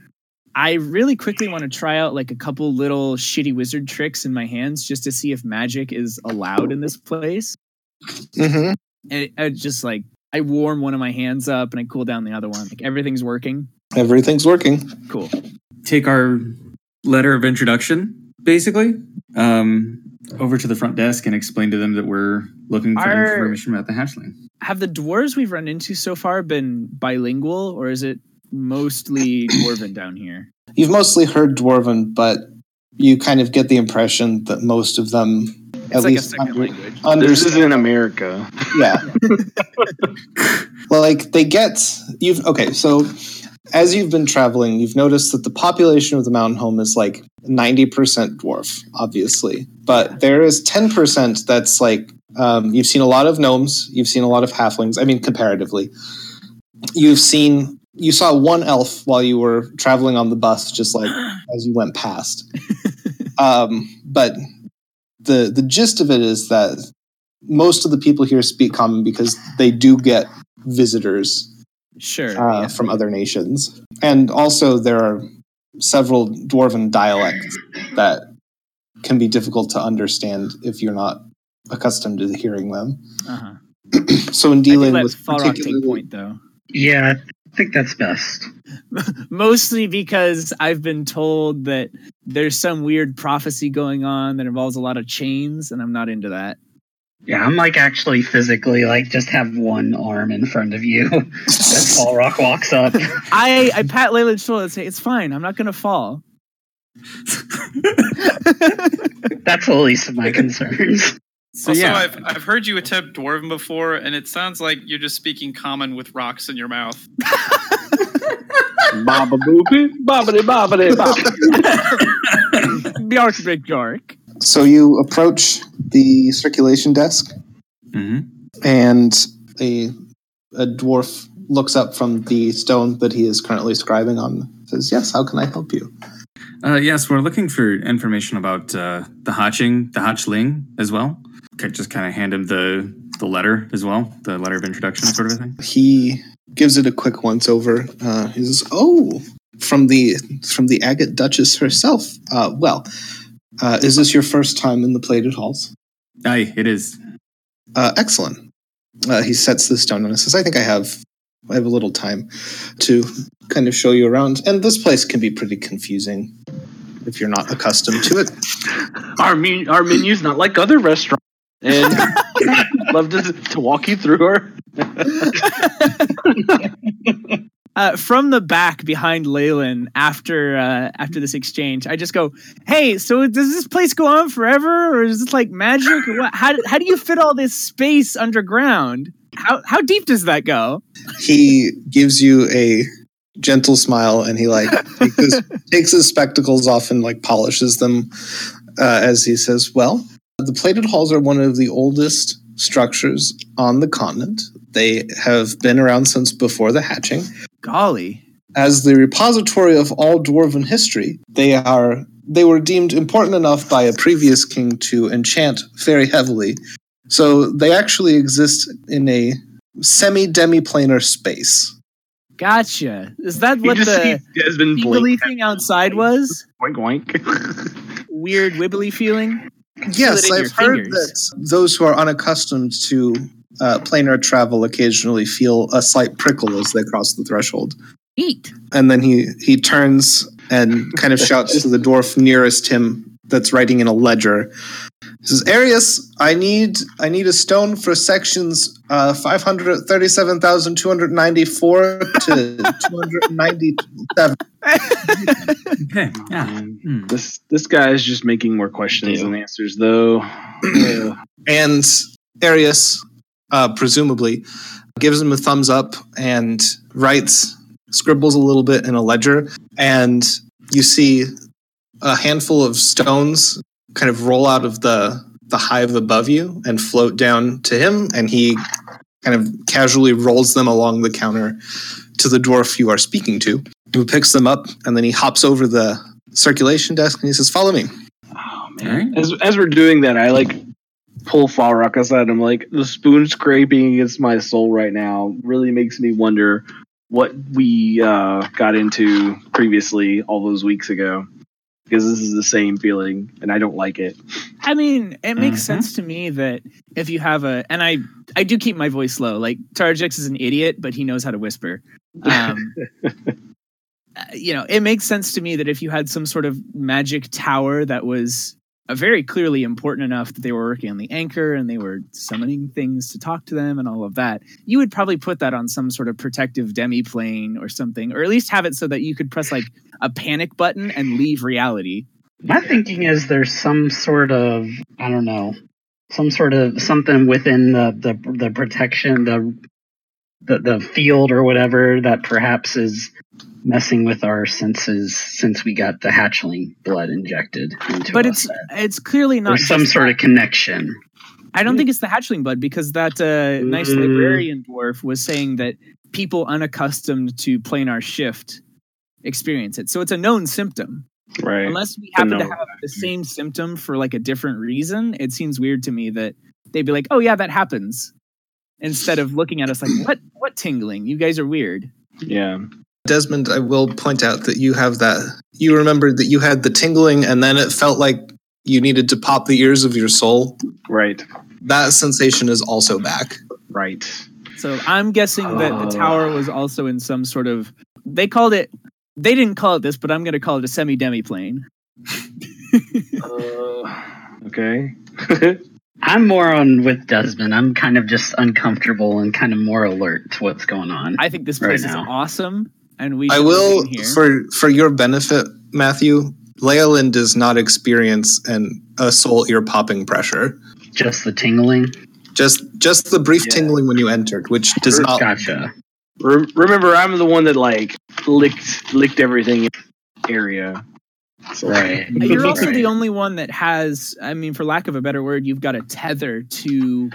[SPEAKER 6] I really quickly want to try out like a couple little shitty wizard tricks in my hands just to see if magic is allowed in this place.
[SPEAKER 1] Mm-hmm.
[SPEAKER 6] and I just like I warm one of my hands up and I cool down the other one. Like everything's working.
[SPEAKER 1] Everything's working.
[SPEAKER 6] Cool.
[SPEAKER 4] Take our letter of introduction, basically, um, over to the front desk and explain to them that we're looking for
[SPEAKER 6] Are-
[SPEAKER 4] information about the hatchling.
[SPEAKER 6] Have the dwarves we've run into so far been bilingual, or is it mostly dwarven down here?
[SPEAKER 1] You've mostly heard dwarven, but you kind of get the impression that most of them, at
[SPEAKER 6] It's like a
[SPEAKER 1] least
[SPEAKER 6] second
[SPEAKER 1] under-
[SPEAKER 6] language.
[SPEAKER 3] This
[SPEAKER 1] understand.
[SPEAKER 3] is in America.
[SPEAKER 1] yeah. like they get you've okay. So as you've been traveling, you've noticed that the population of the mountain home is like ninety percent dwarf, obviously, but there is ten percent that's like um, you've seen a lot of gnomes, you've seen a lot of halflings. I mean, comparatively, you've seen you saw one elf while you were traveling on the bus, just like as you went past. um, but the the gist of it is that most of the people here speak common because they do get visitors
[SPEAKER 6] Sure.
[SPEAKER 1] uh,
[SPEAKER 6] yeah.
[SPEAKER 1] from other nations, and also there are several dwarven dialects that can be difficult to understand if you're not accustomed to hearing them.
[SPEAKER 6] Uh-huh.
[SPEAKER 1] So in
[SPEAKER 6] I think
[SPEAKER 1] dealing
[SPEAKER 6] let
[SPEAKER 1] with
[SPEAKER 6] Falrock take
[SPEAKER 1] particularly
[SPEAKER 6] point though.
[SPEAKER 5] Yeah, I think that's best.
[SPEAKER 6] Mostly because I've been told that there's some weird prophecy going on that involves a lot of chains, and I'm not into that.
[SPEAKER 5] Yeah, I'm like actually physically like just have one arm in front of you as Paul Rock walks up.
[SPEAKER 6] I, I pat Leyland's shoulder and say, It's fine, I'm not gonna fall.
[SPEAKER 5] That's the least of my concerns.
[SPEAKER 4] So
[SPEAKER 2] also,
[SPEAKER 4] yeah,
[SPEAKER 2] I've I've heard you attempt dwarven before, and it sounds like you're just speaking common with rocks in your mouth.
[SPEAKER 3] Baba boopy. Bobbity bobbity bop.
[SPEAKER 6] Bjork, big Bjork.
[SPEAKER 1] so you approach the circulation desk,
[SPEAKER 4] Mhm.
[SPEAKER 1] and a a dwarf looks up from the stone that he is currently scribing on. Says, "Yes, how can I help you?"
[SPEAKER 4] uh, yes, we're looking for information about uh, the hatching, the hatchling as well. Okay, just kind of hand him the the letter as well, the letter of introduction sort of thing.
[SPEAKER 1] he gives it a quick once over. Uh, he says, "Oh, from the from the agate duchess herself. Uh, well, uh, is this your first time in the plated halls?
[SPEAKER 4] Aye, it is.
[SPEAKER 1] Uh, excellent." Uh, he sets the stone and says, "I think I have I have a little time to kind of show you around. And this place can be pretty confusing if you're not accustomed to it.
[SPEAKER 3] Our, men- our menu's not like other restaurants. And love to, to walk you through our.
[SPEAKER 6] uh, from the back behind Leyland after uh, after this exchange. I just go, "Hey, so does this place go on forever, or is this like magic? Or what? How, how do you fit all this space underground? How how deep does that go?"
[SPEAKER 1] He gives you a gentle smile and he like takes, his, takes his spectacles off and like polishes them uh, as he says, "Well, the plated halls are one of the oldest structures on the continent. They have been around since before the hatching.
[SPEAKER 6] Golly,
[SPEAKER 1] As the repository of all dwarven history, they are they were deemed important enough by a previous king to enchant very heavily. So they actually exist in a semi demiplanar space.
[SPEAKER 6] gotcha. Is that
[SPEAKER 3] You
[SPEAKER 6] what
[SPEAKER 3] just
[SPEAKER 6] the
[SPEAKER 3] see Desmond
[SPEAKER 6] wibbly
[SPEAKER 3] blink.
[SPEAKER 6] thing outside was?
[SPEAKER 3] Oink, oink.
[SPEAKER 6] Weird wibbly feeling.
[SPEAKER 1] Yes,
[SPEAKER 6] in your
[SPEAKER 1] I've heard
[SPEAKER 6] fingers.
[SPEAKER 1] that those who are unaccustomed to uh, planar travel occasionally feel a slight prickle as they cross the threshold.
[SPEAKER 6] Neat.
[SPEAKER 1] And then he he turns and kind of shouts to the dwarf nearest him that's writing in a ledger. He says, "Arius, I need I need a stone for sections uh, five hundred thirty-seven thousand two hundred ninety-four to two hundred ninety-seven.
[SPEAKER 4] Okay. Yeah.
[SPEAKER 3] Um,
[SPEAKER 4] Hmm.
[SPEAKER 3] This this guy is just making more questions
[SPEAKER 5] Ew.
[SPEAKER 3] than answers, though. Uh, Ugh.
[SPEAKER 1] And Arius, uh, presumably, gives him a thumbs up and writes, scribbles a little bit in a ledger. And you see a handful of stones kind of roll out of the, the hive above you and float down to him. And he kind of casually rolls them along the counter to the dwarf you are speaking to, who picks them up. And then he hops over the circulation desk and he says, Follow me.
[SPEAKER 3] Oh man! As as we're doing that, I like pull Falrock aside. I'm like, the spoon scraping against my soul right now really makes me wonder what we uh, got into previously all those weeks ago. Because this is the same feeling, and I don't like it.
[SPEAKER 6] I mean, it makes
[SPEAKER 4] Mhm.
[SPEAKER 6] sense to me that if you have a, and I, I do keep my voice low. Like Tarjix is an idiot, but he knows how to whisper. Um, uh, you know, it makes sense to me that if you had some sort of magic tower that was uh, very clearly important enough that they were working on the anchor and they were summoning things to talk to them and all of that, you would probably put that on some sort of protective demi plane or something, or at least have it so that you could press like a panic button and leave reality.
[SPEAKER 5] My thinking is there's some sort of I don't know, some sort of something within the the, the protection the, the the field or whatever that perhaps is messing with our senses since we got the hatchling blood injected into
[SPEAKER 6] But
[SPEAKER 5] us.
[SPEAKER 6] it's it's clearly not
[SPEAKER 5] there's some
[SPEAKER 6] just
[SPEAKER 5] sort of connection.
[SPEAKER 6] I don't think it's the hatchling bud because that uh, nice
[SPEAKER 3] Mm.
[SPEAKER 6] librarian dwarf was saying that people unaccustomed to planar shift experience it. So it's a known symptom.
[SPEAKER 3] Right.
[SPEAKER 6] Unless we happen to
[SPEAKER 3] known
[SPEAKER 6] have the same symptom for like a different reason, it seems weird to me that they'd be like, "Oh yeah, that happens." Instead of looking at us like, "What what tingling? You guys are weird."
[SPEAKER 3] Yeah.
[SPEAKER 1] Desmond, I will point out that you have that. You remembered that you had the tingling, and then it felt like you needed to pop the ears of your soul.
[SPEAKER 3] Right.
[SPEAKER 1] That sensation is also back.
[SPEAKER 3] Right.
[SPEAKER 6] So I'm guessing that
[SPEAKER 3] Oh.
[SPEAKER 6] the tower was also in some sort of they called it they didn't call it this, but I'm going to call it a semi demi plane.
[SPEAKER 3] Uh, okay.
[SPEAKER 5] I'm more on with Desmond. I'm kind of just uncomfortable and kind of more alert to what's going on.
[SPEAKER 6] I think this
[SPEAKER 5] Right
[SPEAKER 6] place is
[SPEAKER 5] now.
[SPEAKER 6] awesome, and we.
[SPEAKER 1] I
[SPEAKER 6] should
[SPEAKER 1] will,
[SPEAKER 6] remain here.
[SPEAKER 1] for for your benefit, Matthew. Leolin does not experience an a soul ear popping pressure.
[SPEAKER 5] Just the tingling.
[SPEAKER 1] Just just the brief
[SPEAKER 3] Yeah.
[SPEAKER 1] tingling when you entered, which does not.
[SPEAKER 5] Gotcha.
[SPEAKER 3] Re- remember, I'm the one that like licked licked everything in the area. So,
[SPEAKER 5] Right.
[SPEAKER 6] You're also
[SPEAKER 5] Right.
[SPEAKER 6] the only one that has. I mean, for lack of a better word, you've got a tether to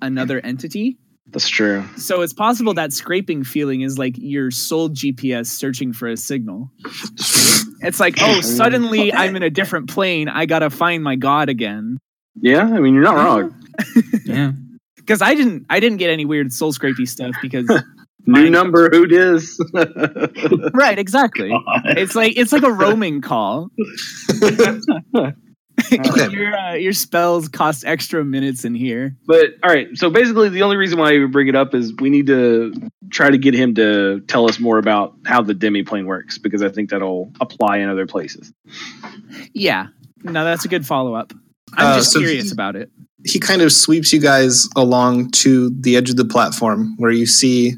[SPEAKER 6] another entity.
[SPEAKER 3] That's true.
[SPEAKER 6] So it's possible that scraping feeling is like your soul GPS searching for a signal. It's like, oh, suddenly I'm in a different plane. I gotta find my god again.
[SPEAKER 3] Yeah, I mean you're not wrong.
[SPEAKER 4] Yeah.
[SPEAKER 6] Because I didn't, I didn't get any weird soul scrapey stuff. Because
[SPEAKER 3] New number, who dis?
[SPEAKER 6] right, exactly. It's like it's like a roaming call.
[SPEAKER 1] Okay.
[SPEAKER 6] your uh, your spells cost extra minutes in here.
[SPEAKER 3] but all right, so basically the only reason why we bring it up is we need to try to get him to tell us more about how the demi plane works because I think that'll apply in other places.
[SPEAKER 6] Yeah. No, that's a good follow up. I'm
[SPEAKER 1] Uh,
[SPEAKER 6] just
[SPEAKER 1] so-
[SPEAKER 6] curious about it.
[SPEAKER 1] he kind of sweeps you guys along to the edge of the platform where you see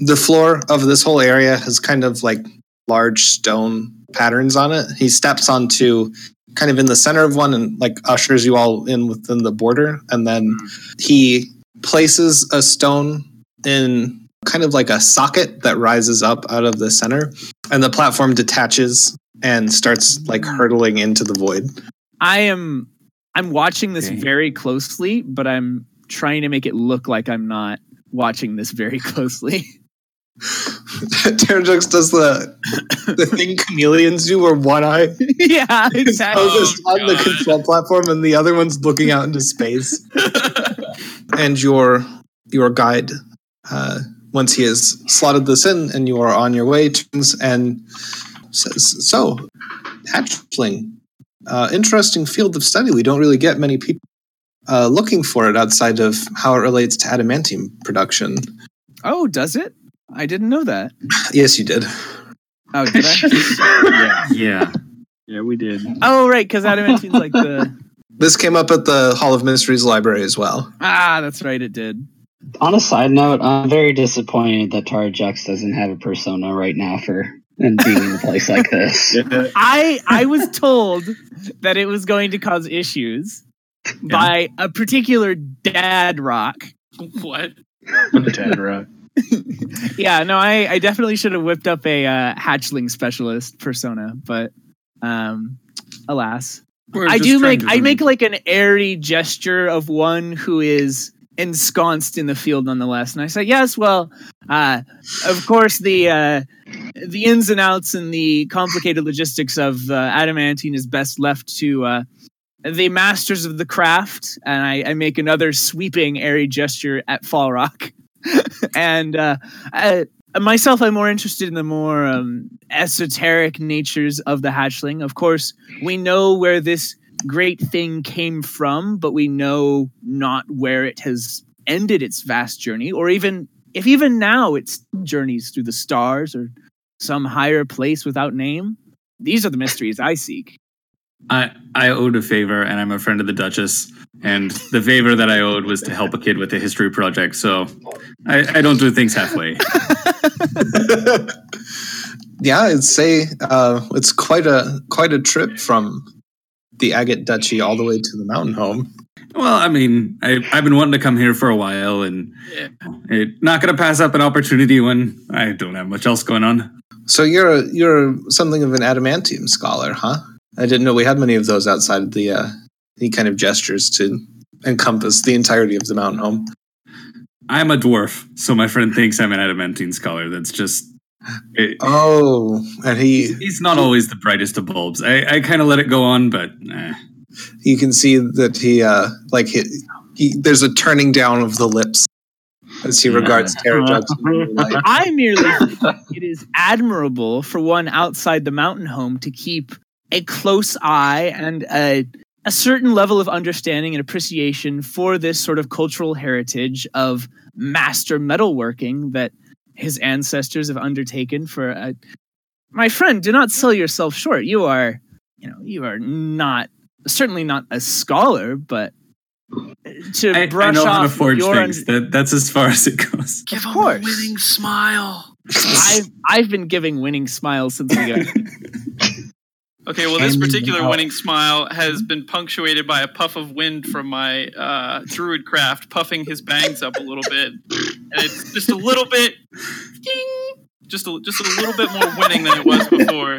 [SPEAKER 1] the floor of this whole area has kind of like large stone patterns on it. He steps onto kind of in the center of one and like ushers you all in within the border. And then he places a stone in kind of like a socket that rises up out of the center. And the platform detaches and starts like hurtling into the void.
[SPEAKER 6] I am I'm watching this
[SPEAKER 4] Okay.
[SPEAKER 6] very closely, but I'm trying to make it look like I'm not watching this very closely.
[SPEAKER 1] Terrajux does the the thing chameleons do where one eye
[SPEAKER 6] yeah,
[SPEAKER 1] is
[SPEAKER 6] exactly.
[SPEAKER 1] focused
[SPEAKER 2] Oh,
[SPEAKER 1] on the
[SPEAKER 2] God.
[SPEAKER 1] control platform and the other one's looking out into space. and your your guide, uh, once he has slotted this in and you are on your way, turns and says, "So, hatchling, uh, interesting field of study. We don't really get many people." Uh, looking for it outside of how it relates to adamantium production.
[SPEAKER 6] Oh, does it? I didn't know that.
[SPEAKER 1] Yes, you did.
[SPEAKER 6] Oh, did I?
[SPEAKER 4] Yeah.
[SPEAKER 3] yeah, we did.
[SPEAKER 6] oh, right, because adamantium's like the
[SPEAKER 1] This came up at the Hall of Mysteries library as well.
[SPEAKER 6] ah. That's right, it did.
[SPEAKER 5] On a side note, I'm very disappointed that Tara Jux doesn't have a persona right now for and being in a place like this.
[SPEAKER 6] I I was told that it was going to cause issues by a particular dad rock.
[SPEAKER 2] what?
[SPEAKER 3] Tad Rock.
[SPEAKER 6] Yeah, no, I, I definitely should have whipped up a uh, hatchling specialist persona, but um, alas.
[SPEAKER 4] We're
[SPEAKER 6] I
[SPEAKER 4] just
[SPEAKER 6] do
[SPEAKER 4] trying
[SPEAKER 6] make
[SPEAKER 4] to
[SPEAKER 6] I
[SPEAKER 4] rem-
[SPEAKER 6] make like an airy gesture of one who is ensconced in the field nonetheless, and I say, "Yes, well, uh, of course the uh, the ins and outs and the complicated logistics of uh, adamantine is best left to uh, the masters of the craft." And I, I make another sweeping airy gesture at Fall Rock, and uh, I, myself, I'm more interested in the more um, esoteric natures of the hatchling. Of course, we know where this great thing came from, but we know not where it has ended its vast journey, or even if even now it journeys through the stars or some higher place without name. These are the mysteries I seek.
[SPEAKER 4] I, I owed a favor, and I'm a friend of the Duchess. And the favor that I owed was to help a kid with a history project. So I, I don't do things halfway.
[SPEAKER 1] yeah, I'd say uh, it's quite a quite a trip from the Agate Duchy all the way to the mountain home.
[SPEAKER 4] Well, I mean, I, I've been wanting to come here for a while, and
[SPEAKER 2] Yeah.
[SPEAKER 4] it, not going to pass up an opportunity when I don't have much else going on.
[SPEAKER 1] So you're a, you're something of an adamantium scholar, huh? I didn't know we had many of those outside of the uh, any kind of gestures to encompass the entirety of the mountain home.
[SPEAKER 4] I'm a dwarf, so my friend thinks I'm an adamantine scholar. That's just. It,
[SPEAKER 1] Oh, and he
[SPEAKER 4] he's not always the brightest of bulbs. I, I kind of let it go on, but eh.
[SPEAKER 1] you can see that he uh, like he, he there's a turning down of the lips as he regards Terra Judson. Like,
[SPEAKER 6] I merely think it is admirable for one outside the mountain home to keep a close eye and a a certain level of understanding and appreciation for this sort of cultural heritage of master metalworking that his ancestors have undertaken for a my friend do not sell yourself short you are you know you are not certainly not a scholar but to
[SPEAKER 4] I, I
[SPEAKER 6] brush
[SPEAKER 4] know
[SPEAKER 6] off
[SPEAKER 4] how to forge
[SPEAKER 6] your un-
[SPEAKER 4] things. that, that's as far as it goes.
[SPEAKER 2] Give
[SPEAKER 6] Of
[SPEAKER 2] him
[SPEAKER 6] course.
[SPEAKER 2] a winning smile.
[SPEAKER 6] I've I've been giving winning smiles since we got.
[SPEAKER 2] Okay, well, this
[SPEAKER 5] Hand
[SPEAKER 2] particular
[SPEAKER 5] out.
[SPEAKER 2] winning smile has been punctuated by a puff of wind from my uh, druid craft, puffing his bangs up a little bit, and it's just a little bit, ding, just a, just a little bit more winning than it was before.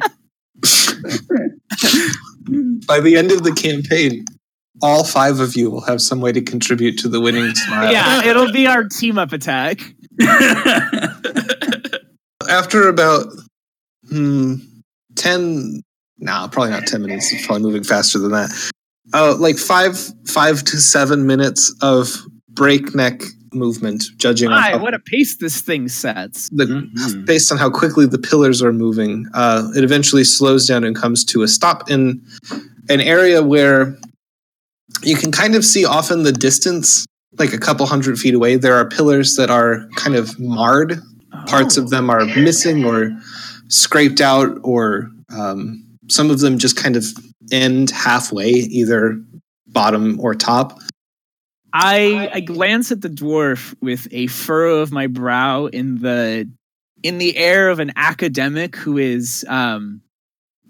[SPEAKER 1] By the end of the campaign, all five of you will have some way to contribute to the winning smile.
[SPEAKER 6] yeah, it'll be our team up attack.
[SPEAKER 1] After about hmm, ten, nah, probably not ten minutes. It's probably moving faster than that. Uh, like five, five to seven minutes of breakneck movement, judging on
[SPEAKER 6] My,
[SPEAKER 1] how-
[SPEAKER 6] what a pace this thing sets.
[SPEAKER 4] Hmm?
[SPEAKER 1] the,
[SPEAKER 4] Mm-hmm.
[SPEAKER 1] based on how quickly the pillars are moving. Uh, it eventually slows down and comes to a stop in an area where you can kind of see off in the distance, like a couple hundred feet away, there are pillars that are kind of marred. Parts of them are missing or scraped out, or um, some of them just kind of end halfway, either bottom or top.
[SPEAKER 6] Oh. I I glance at the dwarf with a furrow of my brow in the in the air of an academic who is um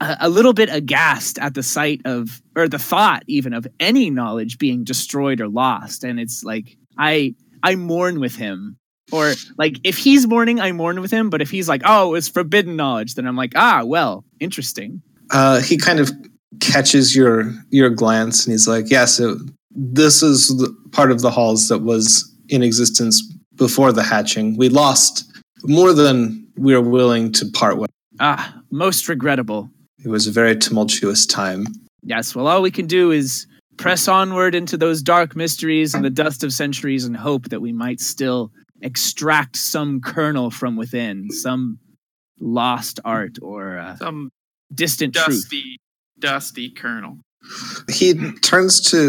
[SPEAKER 6] a, a little bit aghast at the sight of or the thought even of any knowledge being destroyed or lost and it's like I I mourn with him or like if he's mourning I mourn with him but if he's like oh it's forbidden knowledge then I'm like ah well interesting
[SPEAKER 1] Uh, he kind of catches your your glance and he's like, "Yeah, so this is the part of the halls that was in existence before the hatching. We lost more than we are willing to part with.
[SPEAKER 6] ah most regrettable
[SPEAKER 1] It was a very tumultuous time.
[SPEAKER 6] Yes, well, all we can do is press onward into those dark mysteries and the dust of centuries and hope that we might still extract some kernel from within, some lost art or uh,
[SPEAKER 2] Some
[SPEAKER 6] distant truth.
[SPEAKER 2] dusty, dusty kernel.
[SPEAKER 1] He turns to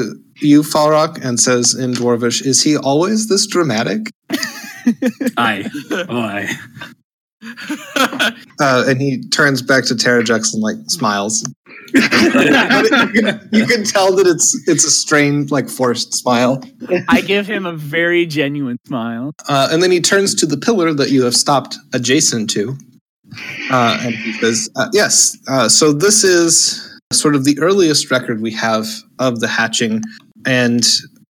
[SPEAKER 1] you, Falrock, and says in Dwarvish, "Is he always this dramatic?"
[SPEAKER 4] I, oh, I.
[SPEAKER 1] Uh, and he turns back to Terajex and like smiles. But you, can, you can tell that it's it's a strained, like forced smile.
[SPEAKER 6] I give him a very genuine smile.
[SPEAKER 1] Uh, and then he turns to the pillar that you have stopped adjacent to. Uh, and he says, uh, Yes, uh, so this is sort of the earliest record we have of the hatching. And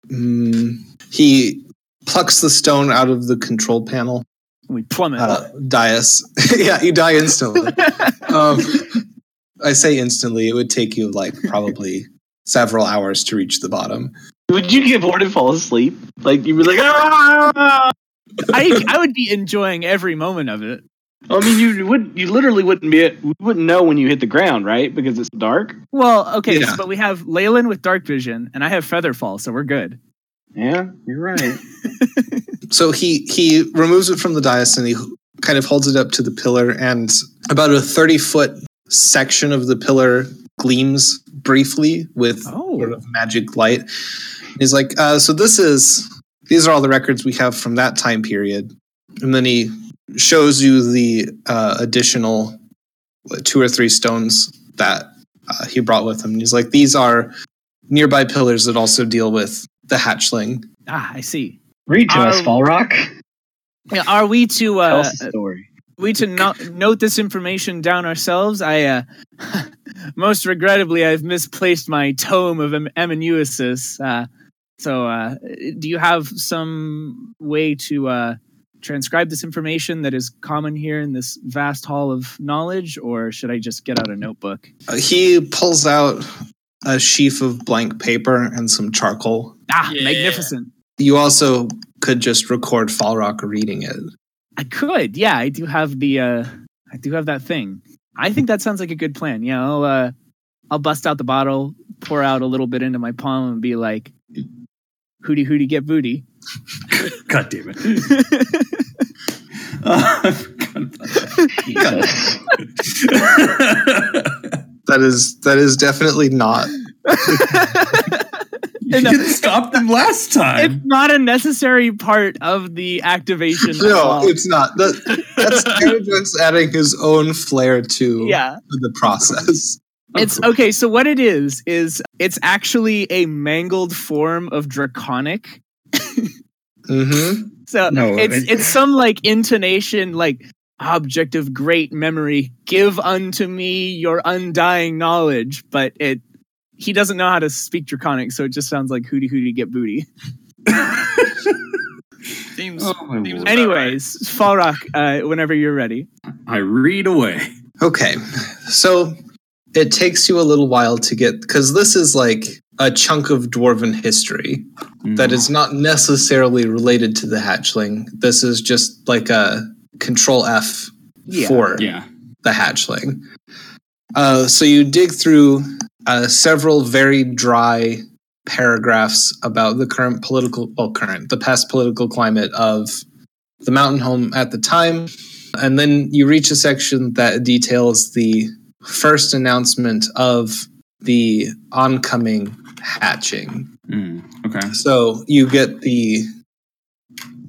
[SPEAKER 1] mm, he plucks the stone out of the control panel
[SPEAKER 6] We plummet.
[SPEAKER 1] uh, dais. yeah, you die instantly. um, I say instantly, it would take you like probably several hours to reach the bottom.
[SPEAKER 3] Would you get bored and fall asleep? Like you'd be like, ah!
[SPEAKER 6] I, I would be enjoying every moment of it.
[SPEAKER 3] I mean, you would you literally wouldn't be you wouldn't know when you hit the ground, right? Because it's dark.
[SPEAKER 6] Well, okay,
[SPEAKER 1] Yeah.
[SPEAKER 6] so- but we have Leyland with dark vision, and I have Featherfall, so we're good.
[SPEAKER 3] Yeah, you're right.
[SPEAKER 1] So he he removes it from the dais and he kind of holds it up to the pillar, and about a thirty foot section of the pillar gleams briefly with
[SPEAKER 6] Oh.
[SPEAKER 1] sort of magic light. He's like, uh, "So this is these are all the records we have from that time period," and then he shows you the uh, additional what, two or three stones that uh, he brought with him. And he's like, "These are nearby pillars that also deal with the hatchling."
[SPEAKER 6] Ah, I see.
[SPEAKER 5] Read to us,
[SPEAKER 6] Um,
[SPEAKER 5] Falrock.
[SPEAKER 6] Yeah, Are we to
[SPEAKER 3] Tell
[SPEAKER 6] uh,
[SPEAKER 3] us a story.
[SPEAKER 6] we to no- note this information down ourselves. I uh, most regrettably I've misplaced my tome of em- Amenuensis. Uh, so, uh, do you have some way to uh, transcribe this information that is common here in this vast hall of knowledge, or should I just get out a notebook?
[SPEAKER 1] Uh, he pulls out a sheaf of blank paper and some charcoal.
[SPEAKER 6] Ah,
[SPEAKER 2] Yeah.
[SPEAKER 6] magnificent!
[SPEAKER 1] You also could just record Falrock reading it.
[SPEAKER 6] I could, yeah, I do have the, uh, I do have that thing. I think that sounds like a good plan. Yeah, I'll, uh, I'll bust out the bottle, pour out a little bit into my palm, and be like, "Hooty hooty, get booty."
[SPEAKER 4] God damn it. Uh,
[SPEAKER 5] Jesus.
[SPEAKER 1] That is that is definitely not.
[SPEAKER 4] you didn't stop them last
[SPEAKER 6] It's
[SPEAKER 4] time.
[SPEAKER 6] not a necessary part of the activation. at
[SPEAKER 1] No,
[SPEAKER 6] all.
[SPEAKER 1] it's not. That, that's Terajax adding his own flair to
[SPEAKER 6] yeah.
[SPEAKER 1] the process.
[SPEAKER 6] It's okay. So what it is is it's actually a mangled form of draconic.
[SPEAKER 1] hmm
[SPEAKER 6] So
[SPEAKER 5] No,
[SPEAKER 6] it's
[SPEAKER 5] it-
[SPEAKER 6] it's some like intonation like object of great memory give unto me your undying knowledge but it he doesn't know how to speak draconic so it just sounds like hooty hooty get booty
[SPEAKER 2] Seems.
[SPEAKER 4] Oh, my
[SPEAKER 2] seems
[SPEAKER 4] lord.
[SPEAKER 2] about right.
[SPEAKER 6] anyways falrock uh, whenever you're ready
[SPEAKER 4] I read away.
[SPEAKER 1] Okay, so it takes you a little while to get because this is like a chunk of dwarven history. that is not necessarily related to the hatchling. This is just like a control F
[SPEAKER 6] Yeah.
[SPEAKER 1] for
[SPEAKER 4] Mm. Yeah.
[SPEAKER 1] the hatchling. Uh, so you dig through uh, several very dry paragraphs about the current political, well, current, the past political climate of the mountain home at the time. And then you reach a section that details the first announcement of the oncoming hatching.
[SPEAKER 4] Mm, okay.
[SPEAKER 1] So you get the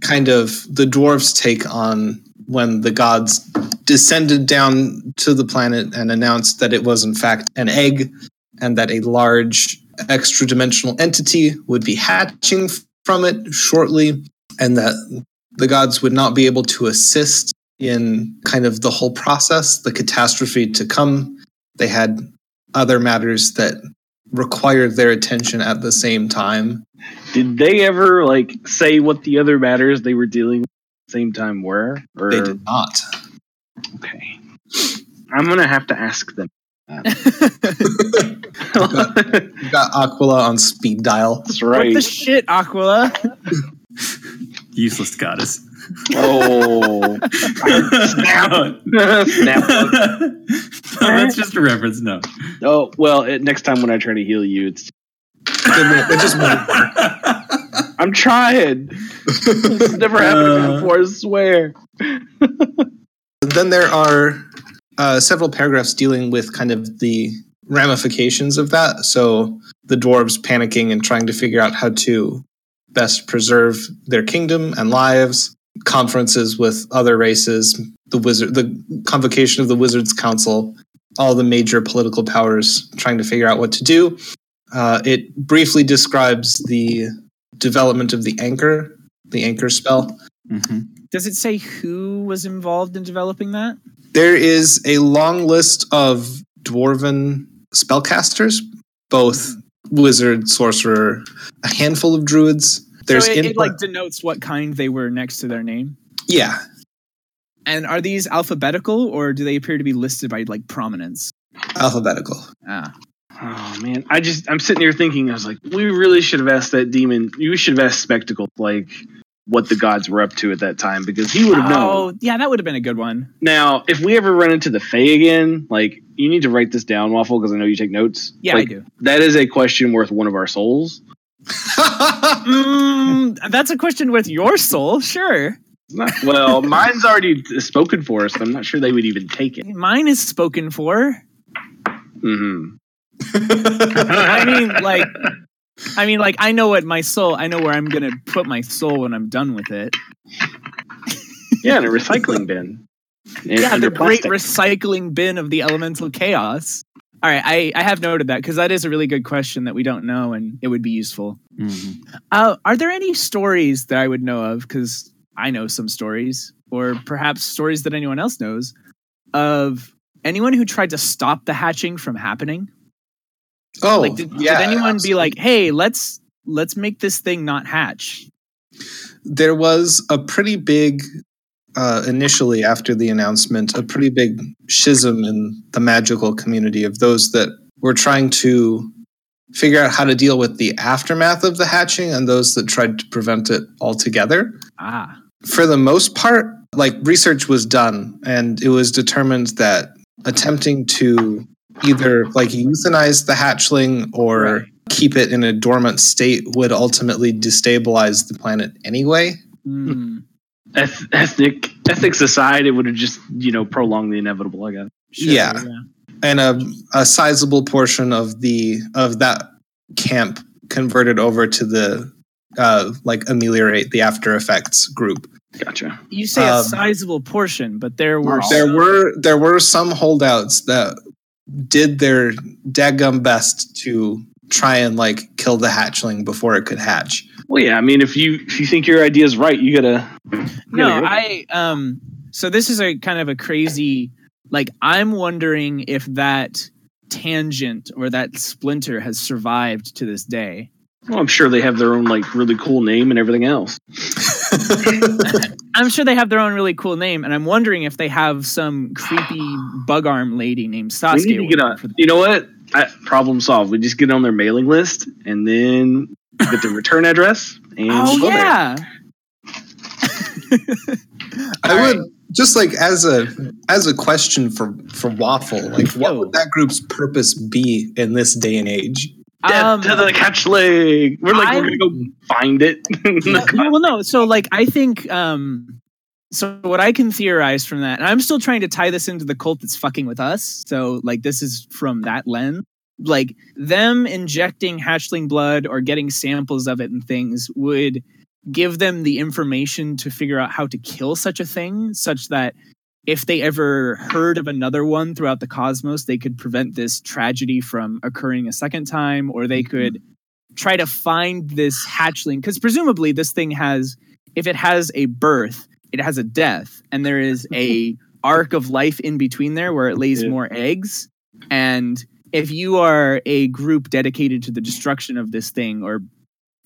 [SPEAKER 1] kind of the dwarves' take on when the gods descended down to the planet and announced that it was in fact an egg and that a large extra dimensional entity would be hatching from it shortly, and that the gods would not be able to assist in kind of the whole process, the catastrophe to come. They had other matters that required their attention at the same time.
[SPEAKER 3] Did they ever like say what the other matters they were dealing with at the same time were? Or
[SPEAKER 1] They did not.
[SPEAKER 3] okay. I'm gonna have to ask them.
[SPEAKER 1] You got Aquila on speed dial.
[SPEAKER 3] That's
[SPEAKER 6] What
[SPEAKER 3] right.
[SPEAKER 6] the shit, Aquila?
[SPEAKER 4] Useless goddess.
[SPEAKER 3] oh
[SPEAKER 4] Snap.
[SPEAKER 3] snap!
[SPEAKER 4] that's just a reference. No.
[SPEAKER 3] Oh well, it, next time when I try to heal you, it's
[SPEAKER 1] It just went-
[SPEAKER 4] Mm-hmm.
[SPEAKER 3] I'm trying. It's never happened to me
[SPEAKER 4] Uh.
[SPEAKER 3] before. I swear.
[SPEAKER 1] then there are uh, several paragraphs dealing with kind of the ramifications of that. So the dwarves panicking and trying to figure out how to best preserve their kingdom and lives. Conferences with other races, the wizard, the convocation of the Wizards Council, all the major political powers trying to figure out what to do. Uh, it briefly describes the development of the anchor, the anchor spell,
[SPEAKER 4] Mhm.
[SPEAKER 6] Does it say who was involved in developing that?
[SPEAKER 1] There is a long list of dwarven spellcasters, both wizard, sorcerer, a handful of druids. There's
[SPEAKER 6] so it, it
[SPEAKER 1] input-
[SPEAKER 6] like denotes what kind they were next to their name.
[SPEAKER 1] yeah,
[SPEAKER 6] And are these alphabetical or do they appear to be listed by like prominence?
[SPEAKER 1] alphabetical.
[SPEAKER 3] Oh
[SPEAKER 6] Ah.
[SPEAKER 3] man, I just I'm sitting here thinking I was like, we really should have asked that demon. You should have asked Spectacle like what the gods were up to at that time because he would have known.
[SPEAKER 6] Oh, yeah, that would have been a good one.
[SPEAKER 3] Now, if we ever run into the Fae again, like you need to write this down, Waffle, because I know you take notes.
[SPEAKER 6] Yeah,
[SPEAKER 3] Like,
[SPEAKER 6] I do.
[SPEAKER 3] That is a question worth one of our souls.
[SPEAKER 6] Mm, that's a question with your soul, sure.
[SPEAKER 3] It's not- well, mine's already spoken for us. I'm not sure they would even take it.
[SPEAKER 6] Mine is spoken for.
[SPEAKER 3] hmm
[SPEAKER 6] I mean, like, I mean, like, I know what my soul. I know where I'm gonna put my soul when I'm done with it.
[SPEAKER 3] Yeah, in a recycling bin. And
[SPEAKER 6] Yeah,
[SPEAKER 3] under
[SPEAKER 6] the great
[SPEAKER 3] plastic.
[SPEAKER 6] recycling bin of the elemental chaos. All right, I, I have noted that because that is a really good question that we don't know and it would be useful.
[SPEAKER 4] Mhm.
[SPEAKER 6] Uh, are there any stories that I would know of? Because I know some stories, or perhaps stories that anyone else knows of anyone who tried to stop the hatching from happening.
[SPEAKER 1] Oh,
[SPEAKER 6] like, did,
[SPEAKER 1] yeah,
[SPEAKER 6] did anyone
[SPEAKER 1] absolutely.
[SPEAKER 6] be like, "Hey, let's let's make this thing not hatch"?
[SPEAKER 1] There was a pretty big, uh, initially after the announcement, a pretty big schism in the magical community of those that were trying to figure out how to deal with the aftermath of the hatching and those that tried to prevent it altogether.
[SPEAKER 6] Ah.
[SPEAKER 1] for the most part, like research was done and it was determined that attempting to either like euthanize the hatchling or
[SPEAKER 6] Right.
[SPEAKER 1] keep it in a dormant state would ultimately destabilize the planet anyway. Hmm.
[SPEAKER 6] Mm,
[SPEAKER 3] Eth- ethnic ethnic society would have just you know prolonged the inevitable. I guess.
[SPEAKER 6] sure,
[SPEAKER 1] Yeah. And a, a sizable portion of the of that camp converted over to the uh, like ameliorate the after effects group.
[SPEAKER 3] Gotcha.
[SPEAKER 6] You say a
[SPEAKER 1] Um,
[SPEAKER 6] sizable portion, but there were
[SPEAKER 1] There were there were some holdouts that did their daggum best to try and like kill the hatchling before it could hatch.
[SPEAKER 3] Well, yeah. I mean, if you if you think your idea is right, you gotta.
[SPEAKER 6] no,
[SPEAKER 3] Yeah.
[SPEAKER 6] I um so this is a kind of a crazy like I'm wondering if that tangent or that splinter has survived to this day.
[SPEAKER 3] Well, I'm sure they have their own like really cool name and everything else.
[SPEAKER 6] I'm sure they have their own really cool name, and I'm wondering if they have some creepy bug arm lady named Sasuke.
[SPEAKER 3] we need to get
[SPEAKER 6] working
[SPEAKER 3] on.
[SPEAKER 6] for them.
[SPEAKER 3] You know what? I, problem solved. We just get on their mailing list and then get the return address and
[SPEAKER 6] Oh
[SPEAKER 3] go there.
[SPEAKER 6] yeah.
[SPEAKER 1] I would just like as a as a question for for Waffle, like what
[SPEAKER 6] Oh.
[SPEAKER 1] would that group's purpose be in this day and age?
[SPEAKER 3] Death
[SPEAKER 6] Um,
[SPEAKER 3] to the catch leg. We're like we're gonna
[SPEAKER 6] I-
[SPEAKER 3] go find it.
[SPEAKER 6] Yeah, no, well, no. So, like, I think. um So, what I can theorize from that, and I'm still trying to tie this into the cult that's fucking with us. So, like, this is from that lens. Like, them injecting hatchling blood or getting samples of it and things would give them the information to figure out how to kill such a thing, such that if they ever heard of another one throughout the cosmos, they could prevent this tragedy from occurring a second time, or they could try to find this hatchling because presumably this thing has if it has a birth it has a death and there is a arc of life in between there where it lays
[SPEAKER 3] Yeah.
[SPEAKER 6] more eggs and if you are a group dedicated to the destruction of this thing or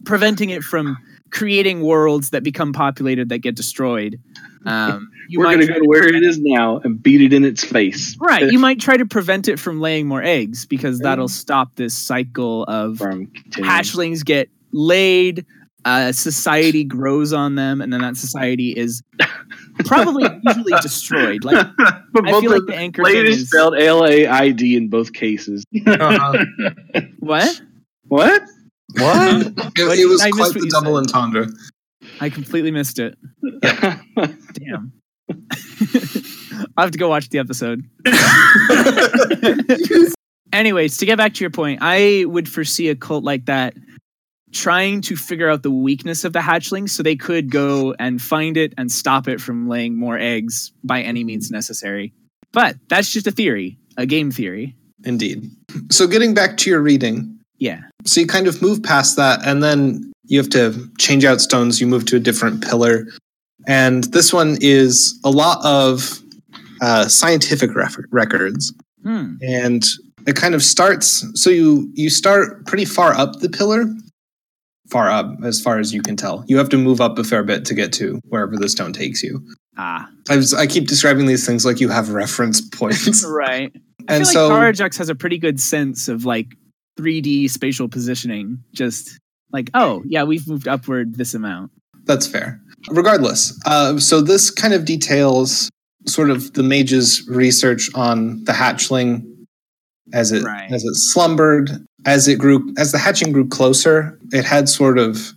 [SPEAKER 6] preventing it from creating worlds that become populated that get destroyed um, you
[SPEAKER 3] We're
[SPEAKER 6] might
[SPEAKER 3] gonna
[SPEAKER 6] try
[SPEAKER 3] go to where it is now and beat it in its face.
[SPEAKER 6] Right. You might try to prevent it from laying more eggs because that'll stop this cycle of
[SPEAKER 3] From continuing.
[SPEAKER 6] hatchlings get laid, uh, society grows on them, and then that society is probably usually destroyed. Like
[SPEAKER 3] but
[SPEAKER 6] I
[SPEAKER 3] both
[SPEAKER 6] feel
[SPEAKER 3] of
[SPEAKER 6] like
[SPEAKER 3] the
[SPEAKER 6] the anchor thing
[SPEAKER 3] blade is
[SPEAKER 6] is
[SPEAKER 3] spelled L A I D in both cases.
[SPEAKER 6] Uh-huh. what?
[SPEAKER 3] What?
[SPEAKER 7] What?
[SPEAKER 6] What
[SPEAKER 1] It,
[SPEAKER 6] do
[SPEAKER 1] it
[SPEAKER 6] you-
[SPEAKER 1] was
[SPEAKER 6] I missed
[SPEAKER 1] quite
[SPEAKER 6] what
[SPEAKER 1] the
[SPEAKER 6] you
[SPEAKER 1] double
[SPEAKER 6] said.
[SPEAKER 1] entendre.
[SPEAKER 6] I completely missed it. Damn. I'll have to go watch the episode. Anyways, to get back to your point, I would foresee a cult like that trying to figure out the weakness of the hatchling so they could go and find it and stop it from laying more eggs by any means necessary. But that's just a theory, a game theory.
[SPEAKER 1] Indeed. So getting back to your reading,
[SPEAKER 6] Yeah.
[SPEAKER 1] so you kind of move past that, and then you have to change out stones. You move to a different pillar, and this one is a lot of uh, scientific ref- records,
[SPEAKER 6] Hmm.
[SPEAKER 1] and it kind of starts. So you you start pretty far up the pillar, far up as far as you can tell. You have to move up a fair bit to get to wherever the stone takes you.
[SPEAKER 6] Ah.
[SPEAKER 1] I, was, I keep describing these things like you have reference points.
[SPEAKER 6] Right. I
[SPEAKER 1] And
[SPEAKER 6] feel
[SPEAKER 1] so-
[SPEAKER 6] like Tarajux has a pretty good sense of like 3D spatial positioning. Just like, oh yeah, we've moved upward this amount.
[SPEAKER 1] That's fair. Regardless, uh, so this kind of details sort of the mage's research on the hatchling as it
[SPEAKER 6] Right.
[SPEAKER 1] as it slumbered, as it grew, as the hatching grew closer. It had sort of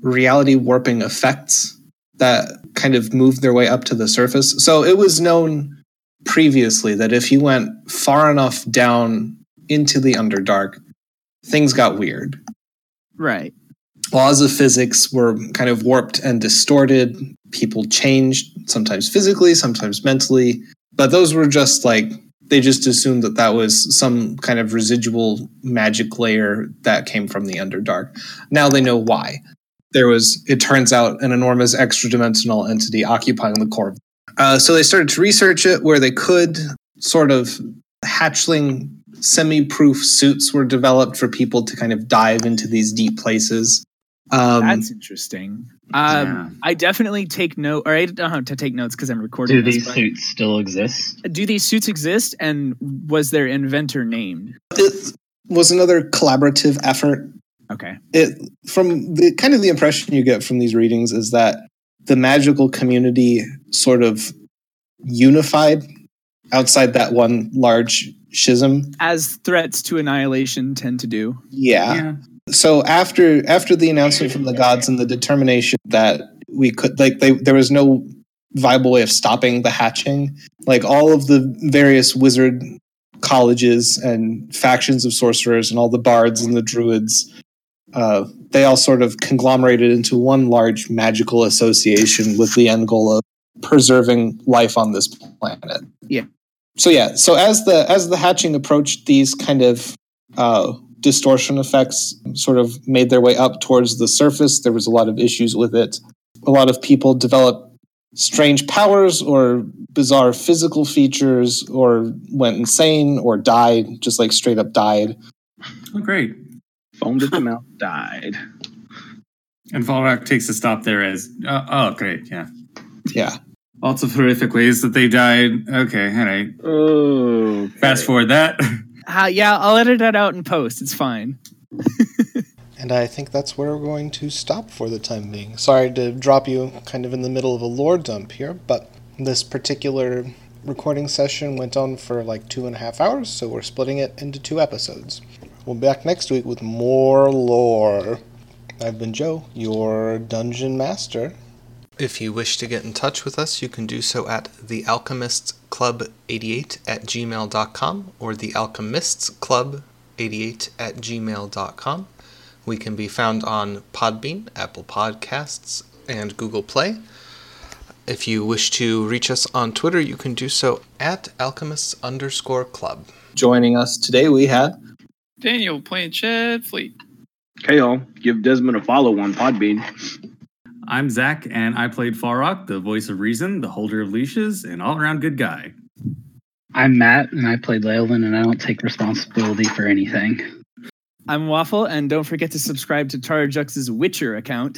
[SPEAKER 1] reality warping effects that kind of moved their way up to the surface. So it was known previously that if you went far enough down into the underdark, things got weird
[SPEAKER 6] Right.
[SPEAKER 1] laws of physics were kind of warped and distorted. People changed, sometimes physically, sometimes mentally. But those were just like, they just assumed that that was some kind of residual magic layer that came from the Underdark. Now they know why. There was, it turns out, an enormous extra dimensional entity occupying the core. Uh, so they started to research it where they could, sort of hatchling semi proof suits were developed for people to kind of dive into these deep places. Um,
[SPEAKER 6] That's interesting. Um,
[SPEAKER 4] Yeah.
[SPEAKER 6] I definitely take note, or I don't have to take notes because I'm recording.
[SPEAKER 5] Do
[SPEAKER 6] this,
[SPEAKER 5] these
[SPEAKER 6] but-
[SPEAKER 5] suits still exist?
[SPEAKER 6] Do these suits exist? And was their inventor named?
[SPEAKER 1] it was another collaborative effort.
[SPEAKER 6] Okay.
[SPEAKER 1] It from the kind of the impression you get from these readings is that the magical community sort of unified outside that one large schism.
[SPEAKER 6] As threats to annihilation tend to do.
[SPEAKER 5] Ah.
[SPEAKER 1] Yeah.
[SPEAKER 4] yeah.
[SPEAKER 1] so after after the announcement from the gods and the determination that we could like they there was no viable way of stopping the hatching like all of the various wizard colleges and factions of sorcerers and all the bards and the druids uh, they all sort of conglomerated into one large magical association with the end goal of preserving life on this planet
[SPEAKER 6] Yeah.
[SPEAKER 1] so yeah so as the as the hatching approached these kind of uh, distortion effects sort of made their way up towards the surface. There was a lot of issues with it. A lot of people developed strange powers or bizarre physical features or went insane or died, just like straight up died.
[SPEAKER 4] Oh, great.
[SPEAKER 3] Foamed at the mouth, died.
[SPEAKER 4] And Valrock takes a stop there as, uh, oh, great, yeah.
[SPEAKER 1] Yeah.
[SPEAKER 4] Lots of horrific ways that they died. Okay, all right.
[SPEAKER 3] Oh,
[SPEAKER 4] Fast forward that.
[SPEAKER 6] Ah, yeah, I'll edit that out and post. It's fine.
[SPEAKER 7] And I think that's where we're going to stop for the time being. Sorry to drop you kind of in the middle of a lore dump here, but this particular recording session went on for like two and a half hours, so we're splitting it into two episodes. We'll be back next week with more lore. I've been Joe, your dungeon master. If you wish to get in touch with us, you can do so at the Alchemists Club 88 at gmail.com or the Alchemists Club 88 at gmail.com. We can be found on Podbean, Apple Podcasts, and Google Play. If you wish to reach us on Twitter, you can do so at alchemists underscore club.
[SPEAKER 1] Joining us today, we had
[SPEAKER 2] Daniel playing Chad Fleet.
[SPEAKER 3] Hey, all. Give Desmond a follow on Podbean.
[SPEAKER 4] I'm Zach, and I played Farrock, the voice of reason, the holder of leashes, and all around good guy.
[SPEAKER 5] I'm Matt, and I played Leyland, and I don't take responsibility for anything.
[SPEAKER 6] I'm Waffle, and don't forget to subscribe to Tara Jux's Witcher account.